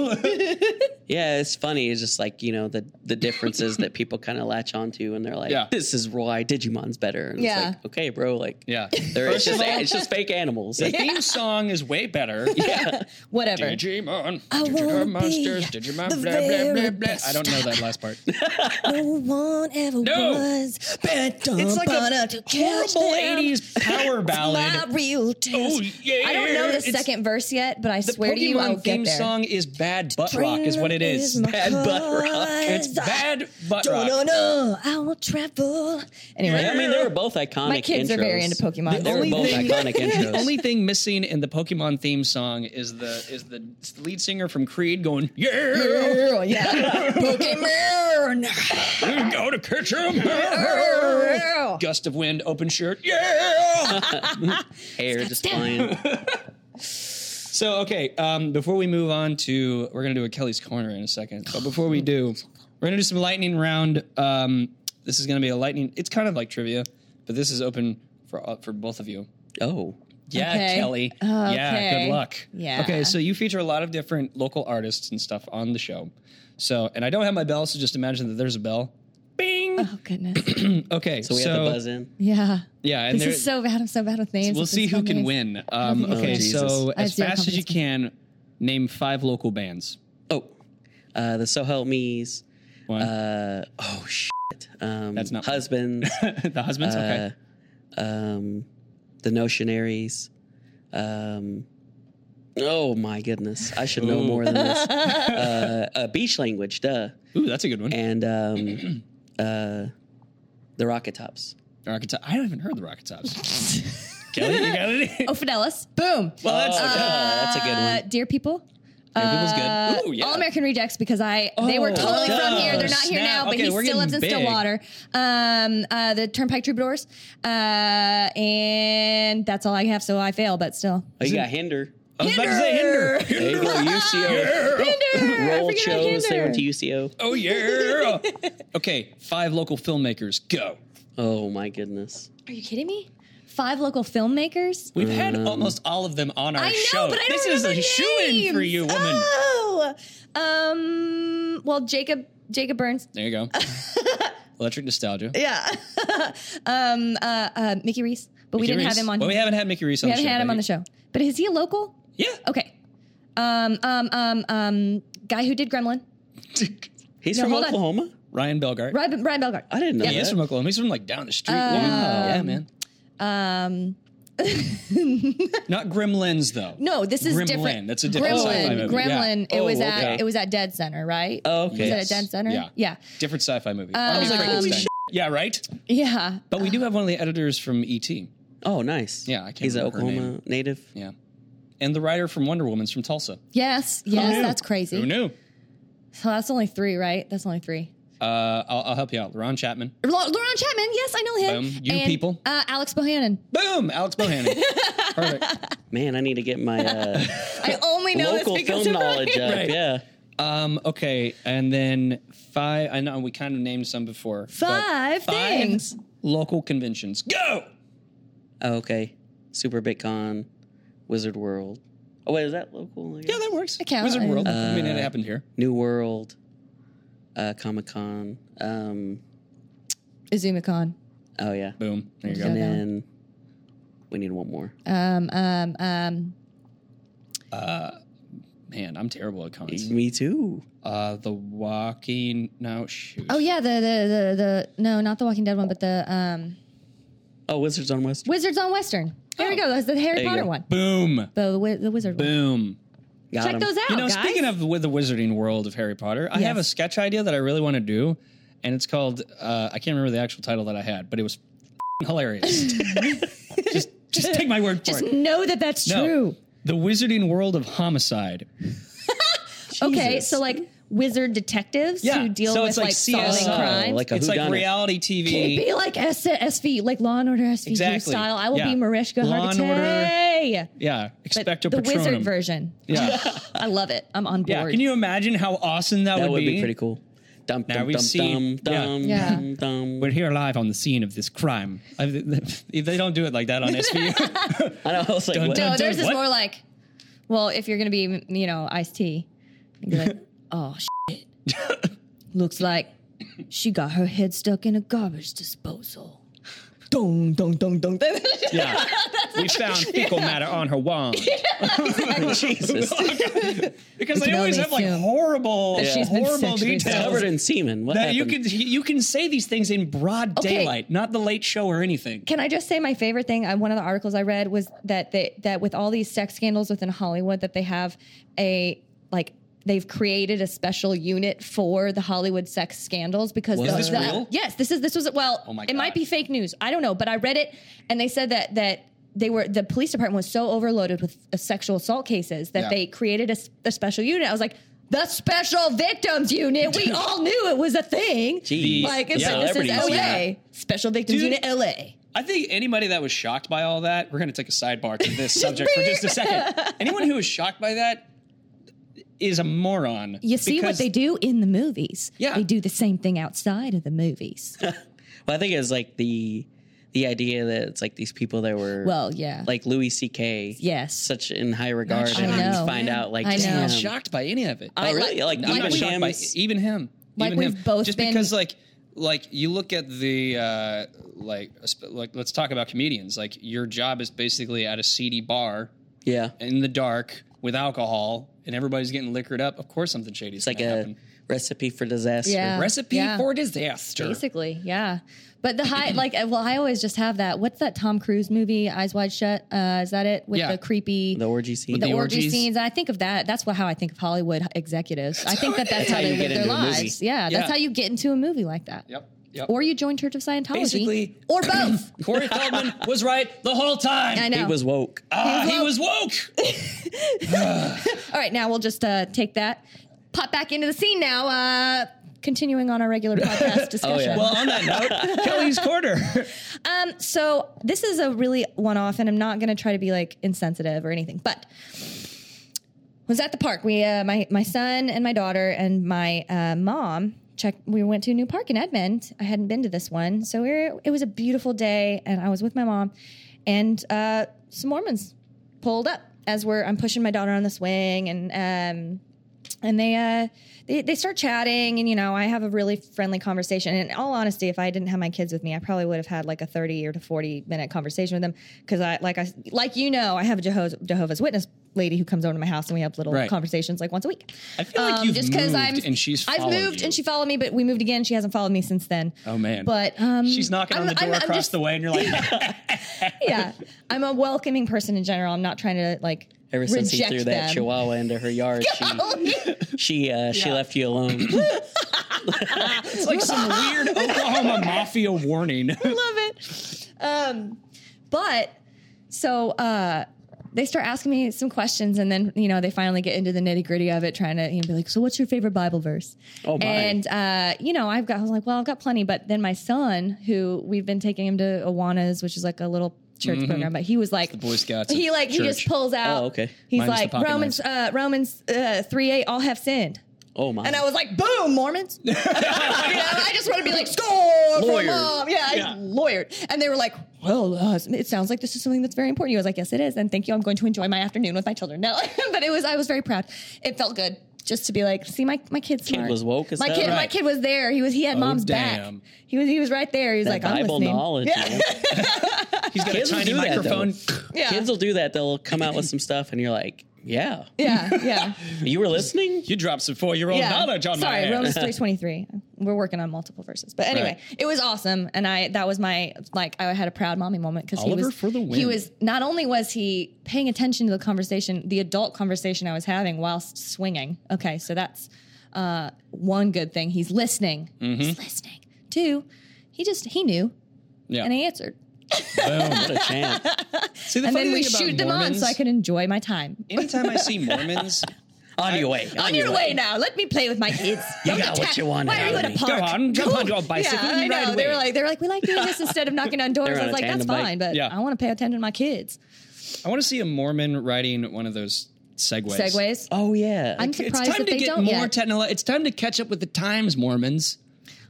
Yeah, it's funny. It's just like you know the the differences that people kind of latch onto, and they're like, Yeah. "This is why Digimon's better." And Yeah. it's like, okay, bro, like, yeah. they're, it's First of just all- it's just fake animals. The theme song is way better. yeah, Whatever. Digimon, I wanna Digimon be monsters, Digimon, the blah, blah, blah, very blah. I don't know that last part. no one ever No. was. It's like a horrible 80s power My ballad. real Oh, test. yeah. I don't know the It's- second verse yet, but I The swear to you, I'll Pokemon get theme there. song is bad butt rock, is what it is. Dreamer Bad butt rock. my It's bad butt No, no, rock. no. I will travel. Anyway, I mean, they were both iconic. my kids intros. are very into Pokemon. They were only both thing- iconic The intros. only thing missing in the Pokemon theme song is the is the lead singer from Creed going, "Yeah, Girl, yeah. Pokemon. we go to catch 'em." Gust of wind, open shirt. Yeah. hair just flying. so okay, um, before we move on to, we're gonna do a Kelly's corner in a second. But before we do, we're gonna do some lightning round. Um, this is gonna be a lightning. It's kind of like trivia, but this is open for all- for both of you. Oh, Yeah, Okay. Oh, Kelly. Yeah, Okay. good luck. Yeah. Okay, so you feature a lot of different local artists and stuff on the show. So, and I don't have my bell, so just imagine that there's a bell. Bing. Oh, goodness. Okay, so so we have to buzz in. Yeah. Yeah, and This there- is so bad. I'm so bad with names. we'll This see is who so can nice. win. Um, okay, Jesus. so I have as zero fast as you confidence. can, name five local bands. Oh, uh, the So Help Me's. One, Uh, oh shit. Um, That's not- husbands. the husbands. okay, uh, um, the Notionaries, um, Oh my goodness, I should know more than this. uh, uh, beach language, duh, Ooh, that's a good one. uh, and um, uh, the rocket tops. Rocket Top. I haven't even heard the Rocket Tops. Kelly, you got any? Ophidelis. Oh, Boom. Well, that's Oh, that's a good Uh, one. dear people. Dear People's good. Ooh, yeah. All American Rejects because I they were Oh, totally from duh. here. They're not here Snap. now, but Okay, he we're still lives in getting big. Stillwater. Um, uh, the Turnpike Troubadours, uh, and that's all I have. So I fail, but still. Oh, you got Hinder. I was about to say Hinder. There you go, UCO. Hinder. I forget Roll about shows. They Hinder. went to UCO. Oh yeah. okay, five local filmmakers. Go. Oh my goodness. Are you kidding me? Five local filmmakers. We've had almost all of them on our Um, I know, show. but I don't this is remember a shoe-in for names. you, woman. Oh, um, well, Jacob Jacob Burns. There you go. Electric nostalgia. Yeah. um, uh, uh, Mickey Reese, but we Mickey didn't Reese. have him on. Well, we haven't had Mickey Reese on We the show. haven't had him on the show. But is he a local? Yeah. Okay. Um, um, um, um, guy who did Gremlin, He's No, from hold on. Oklahoma. Ryan Belgart. Ryan, Ryan Belgard. I didn't know Yeah, he's that. from Oklahoma. He's from like down the street. yeah, Yeah, man. Um, Not Gremlins though. no, this is Gremlin. different. That's a different sci-fi Gremlin. movie. Gremlin. Yeah. It Oh, was okay. at it was at Dead Center, right? Oh, Was okay. it at Dead Center? Yeah. yeah, Um, Different sci-fi movie. I was like, holy Frankenstein. shit. yeah, right. yeah. But we do have one of the editors from E ET. Oh, nice. Yeah, I can't He's an remember her Oklahoma name. native. Yeah, and the writer from Wonder Woman's from Tulsa. Yes, yes. That's Who crazy. knew? So that's only three, right? That's only three. Uh, I'll, I'll help you out. Ron Chapman. Lau- Lauren Chapman. Yes, I know him. Boom. Um, You And, people. Uh, Alex Bohannon. Boom! Alex Bohannon. Perfect. Man, I need to get my uh, I only know local this because film of Ryan. knowledge up. Right. Yeah. Um, okay, and then five. I know we kind of named some before. but Five things. Local conventions. Go. Oh, okay. Super Bitcon, Wizard World. Oh, wait, is that local? I Yeah, guess? that works. count. Wizard World. I mean, it Uh, happened here. New World, uh, Comic Con. Um, Izumicon. oh, yeah. Boom. There you Yeah. go. And then we need one more. Um, um, um. Man, I'm terrible at cons. Me too. Uh, the walking. No, shoot. Oh yeah, the the the the no, not the Walking Dead one, but the um Oh, Wizards on West. Wizards on Western. There Oh. we go. That's the Harry There you Potter go. one. Boom. The wi- the wizard one. Boom. Got Check 'em. those out, You know, guys. speaking of with the wizarding world of Harry Potter, I have a Yes. sketch idea that I really want to do, and it's called uh, I can't remember the actual title that I had, but it was f***ing hilarious. just, just take my word for just it. know that that's No. true. The Wizarding World of Homicide. Okay, Jesus. so like wizard detectives Yeah, who deal so with it's like like, solving CSI, crimes. like a it's like whodunit. reality TV. be like S- SV, like Law and Order SVU Exactly. style. I will Yeah. be Mariska Law and Order, Hargitay. Yeah, But Expecto the wizard Patronum. version. Yeah, I love it. I'm on yeah. board. Can you imagine how awesome that, That would be pretty cool. Dum, Now dum, we've dum, seen- dum, yeah. dum, Yeah. dum, dum. We're here live on the scene of this crime. I, they don't do it like that on SVU. I know. I was like, Dun, what? dun, no, theirs is What? more like, well, if you're gonna be, you know, iced tea, you'd be like, oh shit, looks like she got her head stuck in a garbage disposal. Dong, dong, dong, dong. yeah, we found fecal matter on her wand. Jesus. because We they can always only have like assume horrible, that she's been horrible sexually details covered in semen. What that happened? you can you can say these things in broad Okay. daylight, not the late show or anything. Can I just say my favorite thing? Uh, one of the articles I read was that they, that with all these sex scandals within Hollywood, that they have a like they've created a special unit for the Hollywood sex scandals because Was the, this the- real? yes, this is this was well, Oh my it might God. be fake news. I don't know, but I read it and they said that that they were the police department was so overloaded with uh, sexual assault cases that Yeah. they created a, s- a special unit. I was like. The special victims unit. We all knew it was a thing. Jeez. Like it's Yeah. like this is Celebrities, LA. yeah. Special victims Dude. unit LA. I think anybody that was shocked by all that, we're going to take a sidebar to this subject for just a second. Anyone who is shocked by that is a moron. You see what because- they do in the movies. Yeah. They do the same thing outside of the movies. Well, I think it's like the the idea that it's like these people that were well, yeah. like Louis C.K. Yes. such in high regard, I and then know. you find out like I I'm know. not damn. shocked by any of it. Oh, really? Like, I'm not even shocked by him. even him. Like even we've him. both just been- because like like you look at the uh, like sp- like let's talk about comedians. Like your job is basically at a seedy bar Yeah. in the dark with alcohol and everybody's getting liquored up, of course something shady's It's like gonna a happen. recipe for disaster. Yeah. Recipe Uh, yeah. for disaster. Basically, yeah. But the high, like, uh, well, I always just have that. What's that Tom Cruise movie, Eyes Wide Shut? Uh, is that it? With Yeah. the creepy, The orgy scene. the, the orgy orgies. scenes. And I think of that. That's what, how I think of Hollywood executives. I think that that's how how they you get live their into a movie. lives. Yeah, that's Yeah. how you get into a movie like that. Yep. Yep. Or you join Church of Scientology. Basically- or both. Corey Feldman was right the whole time. I know. he was woke. Ah, He he was was woke. All right, now we'll just uh, take that, pop back into the scene now. Uh, continuing on our regular podcast discussion. well, on that note, Kelly's corner. Um, so this is a really one-off, and I'm not gonna try to be like insensitive or anything, but was at the park. We, uh, my my son and my daughter and my uh, mom checked. We went to a new park in Edmond. I hadn't been to this one, so we were, it was a beautiful day, and I was with my mom, and uh, some Mormons pulled up as we're I'm pushing my daughter on the swing, and um, and they uh they, they start chatting and you know i have a really friendly conversation and in all honesty if i didn't have my kids with me i probably would have had like a 30 or to 40 minute conversation with them because i like i like you know i have a jehovah's, jehovah's witness lady who comes over to my house and we have little Right. conversations like once a week I feel Um, like you've moved and she's i've followed moved you. and she followed me but we moved again she hasn't followed me since then Oh man. but um she's knocking on I'm- the door I'm- I'm across just- the way, and you're like, yeah i'm a welcoming person in general i'm not trying to like Ever since he reject threw that them. Oh, chihuahua into her yard, she she uh, she left you alone. it's like some weird Oklahoma mafia warning. love it. Um, but so uh, they start asking me some questions, and then you know they finally get into the nitty gritty of it, trying to you know, be like, "So, what's your favorite Bible verse?" Oh, my. And uh, you know, I've got I was like, "Well, I've got plenty," but then my son, who we've been taking him to Awanas, which is like a little Mm-hmm. church program, but he was like, Boy Scouts of He like he just church. pulls out. Oh, okay. He's Minus the like pocket Romans uh, Romans uh, three eight. All have sinned. Oh my! And I was like, boom, Mormons. you know, I just want to be like, score for Lawyered. mom. Yeah, Yeah. I lawyered. And they were like, well, uh, it sounds like this is something that's very important to you. I was like, yes, it is. And thank you. I'm going to enjoy my afternoon with my children. No, but it was, I was very proud. It felt good just to be like, see, my, my kid's smart. was woke as my hell. Oh, Kid, My Right. kid was there. He was, he had mom's damn. back. He was, he was right there. He was that like, Bible I'm listening. knowledge. Yeah. man. He's got a Kids will tiny do that, though. microphone. Yeah. Kids will do that. They'll come out with some stuff, and you're like, "Yeah, yeah. Yeah. you were listening." You dropped some four year old Yeah. knowledge on Sorry, my Romans ass. three twenty three. We're working on multiple verses, but anyway, it was awesome, and I that was my like I had a proud mommy moment because he Oliver was for the he win. was not only was he paying attention to the conversation, the adult conversation I was having whilst swinging. Okay, so that's uh, one good thing. He's listening. Mm-hmm. He's listening. Two, he just he knew Yeah. and he answered, What a champ! See, the and funny then we thing about shoot them on so I Mormons- could enjoy my time. anytime I see Mormons, On your way. On your way now. Let me play with my kids. You Don't got what attack- you wanted Why are you out in of a me. park? Go on, jump on your bicycle Yeah, and I know. ride they were away. like, they were like, we like doing this instead of knocking on doors. They're I on was a like, that's tandem bike. fine, but Yeah. I want to pay attention to my kids. I want to see a Mormon riding one of those segways. Segways. Oh yeah. I'm It's surprised time that to they get don't more yet. technolo It's time to catch up with the times, Mormons.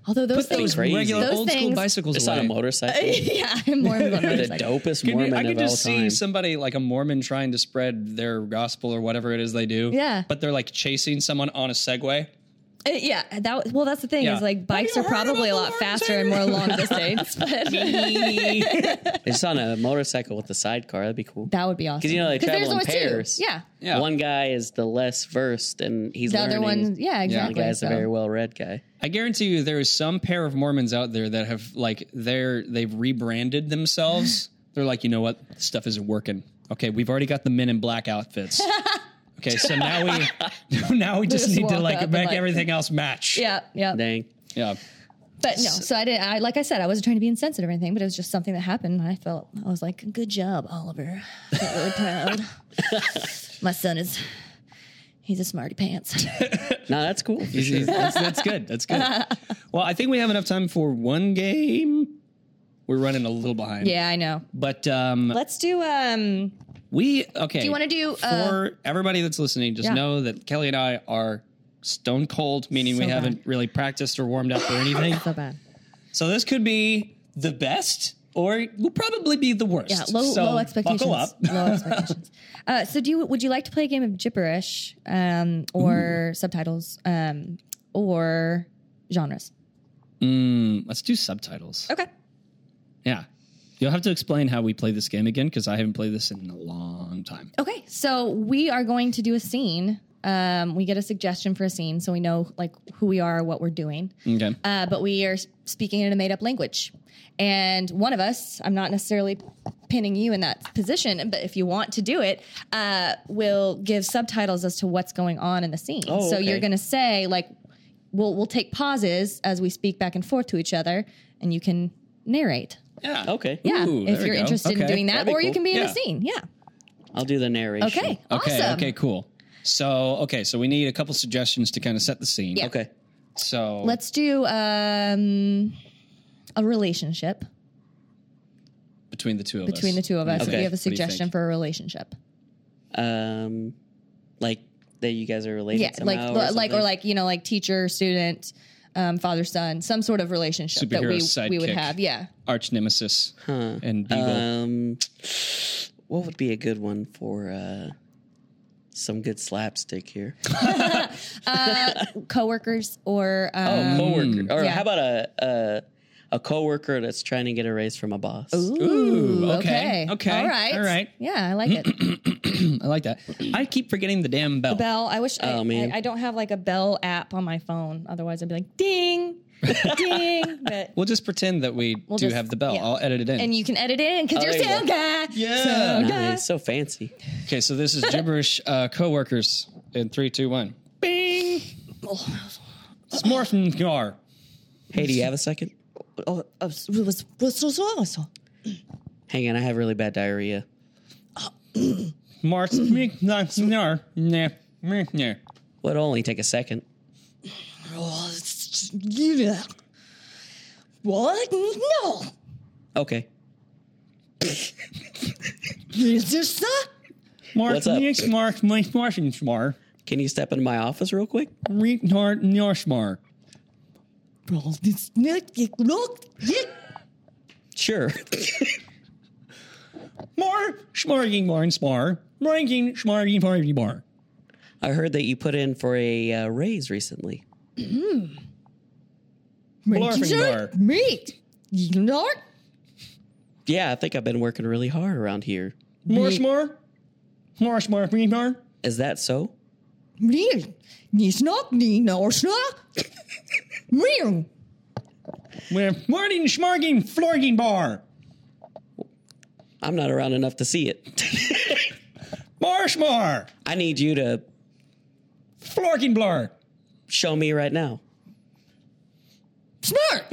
Although those Put those things, crazy. regular Those old school things- bicycles It's away. on a motorcycle. yeah, I'm more of a the motorcycle. dopest Could you- Mormon I could of just all see time. somebody like a Mormon trying to spread their gospel or whatever it is they do. Yeah. But they're like chasing someone on a Segway. Uh, yeah, that was- well, that's the thing Yeah. is like Have bikes are you heard probably a about lot the Lord's faster and more long distance. But It's on a motorcycle with a sidecar. That'd be cool. that would be awesome. 'Cause, you know, they there's travel in always two. pairs. Yeah, Yeah. One guy is the less versed, and he's the learning. other one, yeah, The exactly. guy's so. a very well-read guy. I guarantee you there is some pair of Mormons out there that have like they're they've rebranded themselves. they're like, you know what? This stuff isn't working. Okay, we've already got the men in black outfits. okay, so now we now we just, just need to walk up like and, make like- everything else match. yeah, yeah. Dang. Yeah. But no, so I didn't. I like I said, I wasn't trying to be insensitive or anything, but it was just something that happened. And I felt I was like, "Good job, Oliver." I felt really proud. My son is. He's a smarty pants. No, that's cool. for sure. That's, that's good. That's good. Well, I think we have enough time for one game. We're running a little behind. yeah, I know. But um Let's do um We okay. Do you wanna do, uh, for everybody that's listening? Just Yeah. know that Kelly and I are stone cold, meaning we So bad. haven't really practiced or warmed up or anything. so bad. so this could be the best, or will probably be the worst. Yeah, low so low expectations. Buckle up. low expectations. Uh, so do you would you like to play a game of gibberish um, or subtitles um, or genres? Mm, let's do subtitles. Okay. Yeah. You'll have to explain how we play this game again because I haven't played this in a long time. Okay, so we are going to do a scene. Um, we get a suggestion for a scene, so we know like who we are, what we're doing. Okay. Uh, but we are speaking in a made-up language, and one of us—I'm not necessarily pinning you in that position, but if you want to do it, uh, will give subtitles as to what's going on in the scene. Oh, so okay. you're going to say like, "We'll we'll take pauses as we speak back and forth to each other, and you can narrate." Yeah. Okay. Yeah, Ooh, there if we you're go. interested in Okay. doing that, That'd be or you cool. can be in Yeah. the scene. Yeah. I'll do the narration. Okay. Okay. Awesome. Okay. Cool. So okay. So we need a couple suggestions to kind of set the scene. Yeah. Okay. So Let's do um, a relationship between the two of us. between the two of us. Okay. If you have a What do you suggestion think? for a relationship, Um, like that you guys are related. yeah, like somehow li- like or something? like you know like teacher student, um, father son, some sort of relationship that Superhero we we would sidekick. have. Yeah, arch nemesis Huh. and Beagle. Um, what would be a good one for uh, some good slapstick here? Uh, coworkers or oh, um, coworker. Or yeah. how about a, a a coworker that's trying to get a raise from a boss? Ooh, okay, okay, all right, all right. Yeah, I like it. I like that. I keep forgetting the damn bell. bell. I wish I, Oh, man. I, I don't have like a bell app on my phone. Otherwise, I'd be like ding, ding. But We'll just pretend that we do just- have the bell. yeah. I'll edit it in. and you can edit in Oh, because you're there you go. sound guy. Yeah. sound Nice. guy. So fancy. okay, so this is gibberish uh, coworkers in three, two, one. Bing. Smorfengar. Hey, do you have a second? Oh, uh, was was so so so. Hang on, I have really bad diarrhea. Mars. Mignar. Nah. Mignar. Well, it'll only take a second. What? No. Okay. Is there stuff? Mark What's up? Nix Mark Mike Marshmar. Can you step into my office real quick? Reek Nort Norshmar. Sure. Mar Schmarging Marn Smar. Ranking Schmarging Margie Mar. I heard that you put in for a uh, raise recently. Blorfengar. Meat. Not. Yeah, I think I've been working really hard around here. Marshmar. Marshmar Mignar. Is that so? Meat. Nis not ni nor sna. Meat. Martin Schmarging Florging Bar. I'm not around enough to see it. Marshmar. I need you to Florging Blar. show me right now. Smart.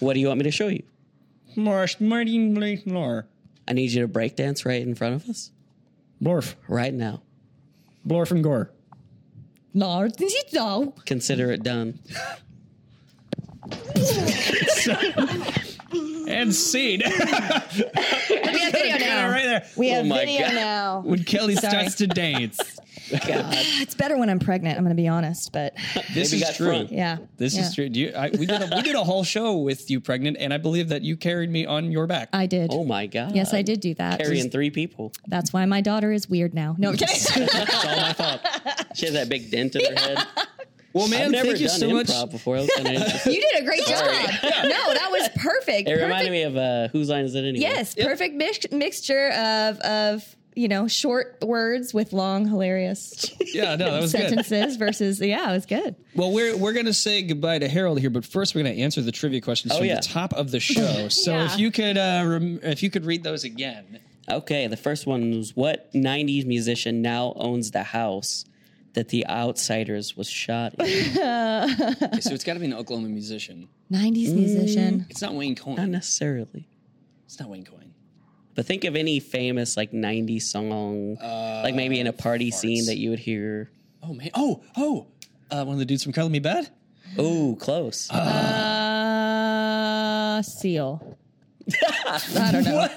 What do you want me to show you? Marsh Martin Blor. I need you to breakdance right in front of us Blorf. right now. Blorfengor. Nor did you know. Consider it done. And seed. We have video right there. We have Oh my video God. now. When Kelly starts to dance. It's better when I'm pregnant. I'm going to be honest, but This is Maybe got true. front. yeah. This Yeah. is true. Do you, I, we, did a, we did a whole show with you pregnant, and I believe that you carried me on your back. I did. Oh my God. yes, I did do that. Carrying three people. That's why my daughter is weird now. No, I'm kidding. It's all my fault. She has that big dent in her head. well, man, I've never thank you done so improv much. before. That was kinda interesting. You did a great job. No, that was perfect. It perfect. reminded me of uh, whose line is it anyway? Yes, perfect mix- mixture of of you know short words with long hilarious Yeah, no, that was good. sentences versus yeah, it was good. Well, we're we're gonna say goodbye to Harold here, but first we're gonna answer the trivia questions Oh, from yeah. the top of the show. So Yeah. if you could uh, rem- if you could read those again. Okay, the first one was what 90s musician now owns the house that The Outsiders was shot in? Okay, so it's got to be an Oklahoma musician. Nineties Mm. musician. It's not Wayne Oh, Not Coyne. necessarily. It's not Wayne Coyne. But think of any famous like 90s song, like maybe in a party scene that you would hear. Oh man. Oh oh. Uh, one of the dudes from Color Me Bad. Oh, close. Uh, seal. I don't know.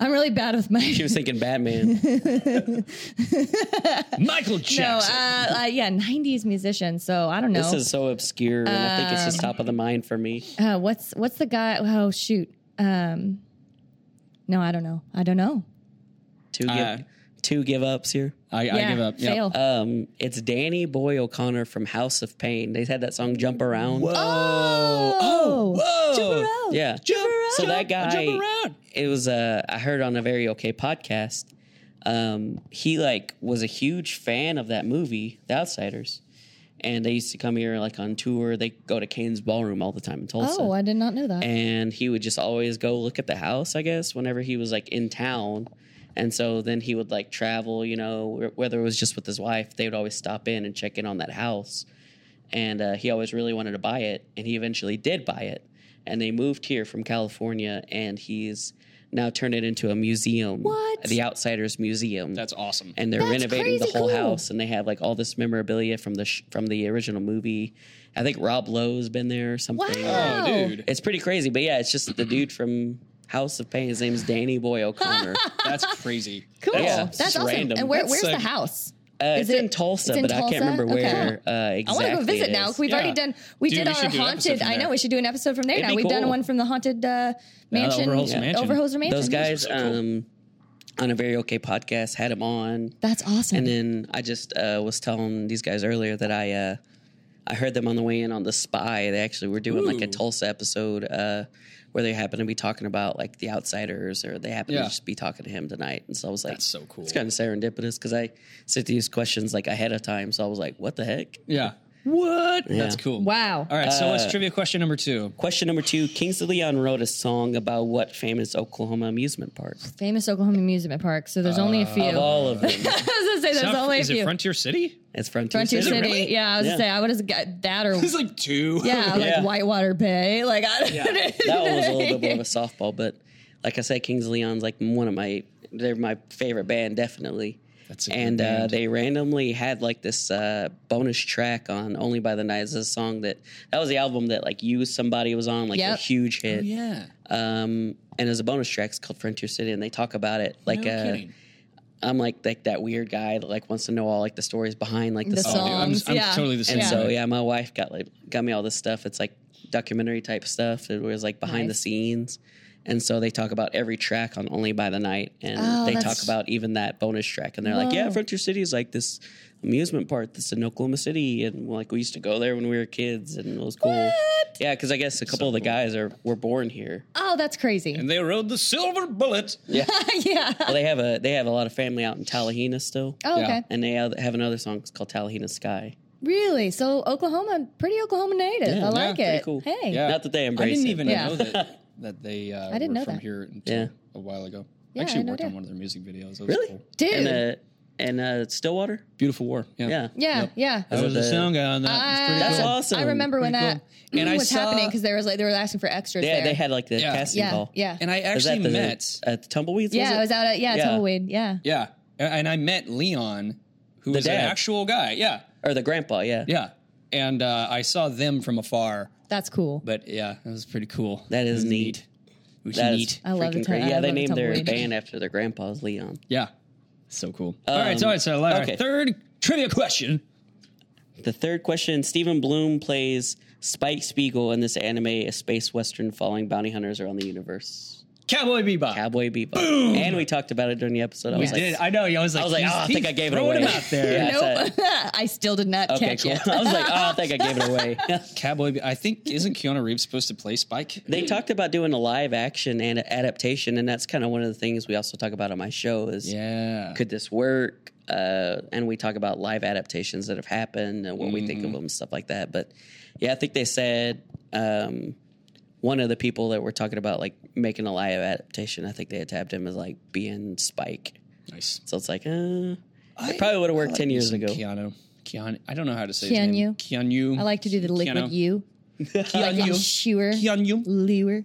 I'm really bad with my. she was thinking Batman. Michael Uh, No, Jackson. uh, uh, yeah, '90s musician. So I don't know. This is so obscure, and I think it's just Um, top of the mind for me. uh, what's what's the guy? Oh shoot. Um, no, I don't know. I don't know. Two give, Uh, two give ups here. I, I Yeah, give up. Yep. Fail. Um, it's Danny Boy O'Connor from House of Pain. They had that song "Jump Around." Whoa. Oh, Whoa. Jump around. Yeah, Jump around. So that I'll guy, jump around. it was uh, I heard on a very okay podcast. Um, he like was a huge fan of that movie, The Outsiders, and they used to come here like on tour. They go to Kane's Ballroom all the time in Tulsa. Oh, I did not know that. and he would just always go look at the house, I guess, whenever he was like in town. And so then he would like travel, you know, wh- whether it was just with his wife, they would always stop in and check in on that house. And uh, he always really wanted to buy it, and he eventually did buy it. And they moved here from California, and he's now turned it into a museum. What? The Outsiders Museum. That's awesome. and they're That's renovating the crazy whole cool. house, and they have like all this memorabilia from the sh- from the original movie. I think Rob Lowe's been there or something. Wow. oh, dude, It's pretty crazy, but yeah, it's just the dude from House of Pain. His name's Danny Boy O'Connor. Uh, that's crazy. cool. yeah, That's just awesome. random. And where, That's where's sick. the house? Uh, Is it's it- in Tulsa, it's in but I can't Tulsa? remember Okay. where uh, exactly. I want to go visit it now. is. We've already Yeah. done. We Dude, did we our should do an episode haunted. from I know there. we should do an episode from there. It'd now be we've done cool. one from the haunted uh, mansion. Overholser Mansion. Overholser Mansion. Those guys so cool. um, on a very okay podcast had him on, That's awesome. and Mm-hmm. then I just uh, was telling these guys earlier that I uh, I heard them on the way in on the Spy. They actually were doing like a Ooh. Tulsa episode uh, where they happened to be talking about like the Outsiders, or they happened Yeah. to just be talking to him tonight. And so I was like, That's so cool. It's kind of serendipitous because I sent these questions like ahead of time, so I was like, "What the heck?" Yeah. What? That's Yeah. cool. wow. All right. So Uh, what's trivia question number two? Question number two: Kings of Leon wrote a song about what famous Oklahoma amusement park? Famous Oklahoma amusement park. So there's only a few. Of all of them, I was gonna say there's Not- only a is it few. Frontier City? it's Frontier, Frontier City. City. Yeah, I was gonna Yeah. say I would have got that or It's like two. yeah, like Yeah. Whitewater Bay. Like I don't That one was a little bit more of a softball, but like I said, Kings of Leon's like one of my they're my favorite band definitely. That's a good and uh, band. they randomly had like this uh, bonus track on "Only by the Night" is a song that that was the album that like you somebody was on like a Yep. huge hit. Oh, Yeah. um, and as a bonus track, it's called Frontier City, and they talk about it like no uh, kidding. I'm like like that weird guy that like wants to know all like the stories behind like the, The song. Oh, dude, I'm, songs, I'm yeah. totally the same. And Yeah. so yeah, my wife got like got me all this stuff. It's like documentary type stuff. It was like behind Nice. the scenes. And so they talk about every track on Only by the Night, and Oh, they that's- talk about even that bonus track. And they're like, "Yeah, Whoa. Frontier City is like this amusement park that's in Oklahoma City, and like we used to go there when we were kids, and it was cool. Yeah, because I guess a couple of the guys are were born here. Oh, that's crazy. And they rode the silver bullet. yeah. Well, they have a they have a lot of family out in Tallahena still, Oh, Yeah. okay. and they have have another song it's called Tallahena Sky. Really? So Oklahoma, pretty Oklahoma native. I like pretty it. cool. Hey. Yeah. Not that they I embrace didn't it, even but- Yeah. know that that they uh, didn't were know from that. here until Yeah. a while ago. Yeah, I actually I know worked on that. one of their music videos. That was Really? cool. Dude. And uh, and uh, Stillwater, Beautiful war. Yeah. yeah. yeah, yeah. I was the the- sound guy on that. It's Uh, pretty That's cool. all- awesome. I remember when Pretty that cool. And I was happening saw- because there was like they were asking for extras They, there. they had like the Yeah. casting yeah, call. yeah, And I Is that actually the, met. at the Tumbleweeds. yeah. I was out at yeah, Yeah. tumbleweed. Yeah, yeah. And I met Leon, who was an dad. actual guy. Yeah. or the grandpa. Yeah, Yeah. And uh, I saw them from afar. that's cool. But yeah, that was pretty cool. That is It was neat. It was That neat. is I love the freaking tu- crazy. I Yeah, they love the named their Tumbleweed. band after their grandpa's Leon. Yeah. So cool. all right. So, all right. So, all right. Um, okay. Third trivia question. The third question: Stephen Bloom plays Spike Spiegel in this anime, a space western following bounty hunters around the universe. Cowboy Bebop. Cowboy Bebop. And we talked about it during the episode. I was I like, did. I know. I was like, I was like, he's- oh, I he's think I gave it throwing away. him out there. Yeah, it's a- nope, I still did not Okay, catch cool. it. I was like, oh, I think I gave it away. Cowboy. Be- I think isn't Keanu Reeves supposed to play Spike? they talked about doing a live action and adaptation, and that's kind of one of the things we also talk about on my show is Yeah. could this work? Uh, and we talk about live adaptations that have happened and what we think of them, and stuff like that. But yeah, I think they said um, one of the people that were talking about like making a live adaptation, I think they had tabbed him as like being Spike. nice. So it's like, uh, I probably would've worked I like 10 years some ago. Keanu. Keanu. I don't know how to say Keanu. his name. Keanu. I like to do the liquid Keanu. you. Like a Keanu. Sure. Keanu. Lure.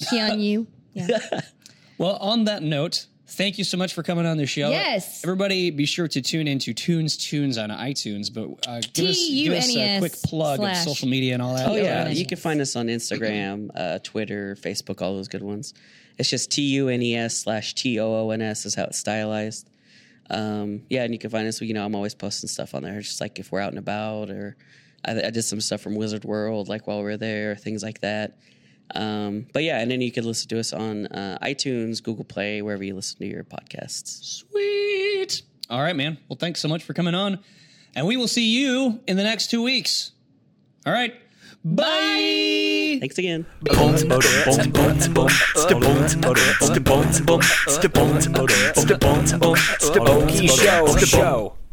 Keanu. Yeah. Well, on that note. Thank you so much for coming on the show. Yes. Everybody, be sure to tune into Tunes Tunes on iTunes. But uh, give, us, give us a T-U-N-E-S quick plug of E slash- social media and all that. Oh yeah, nice. you can find us on Instagram, uh, Twitter, Facebook, all those good ones. It's just T U N E S slash T O O N S is how it's stylized. Um, yeah, and you can find us. You know, I'm always posting stuff on there, just like if we're out and about, or I, I did some stuff from Wizard World, like while we were there, things like that. Um, but yeah, and then you can listen to us on uh, iTunes, Google Play, wherever you listen to your podcasts. Sweet. All right, man. Well, thanks so much for coming on. And we will see you in the next two weeks. All right. Bye. Thanks again. Okey show. show.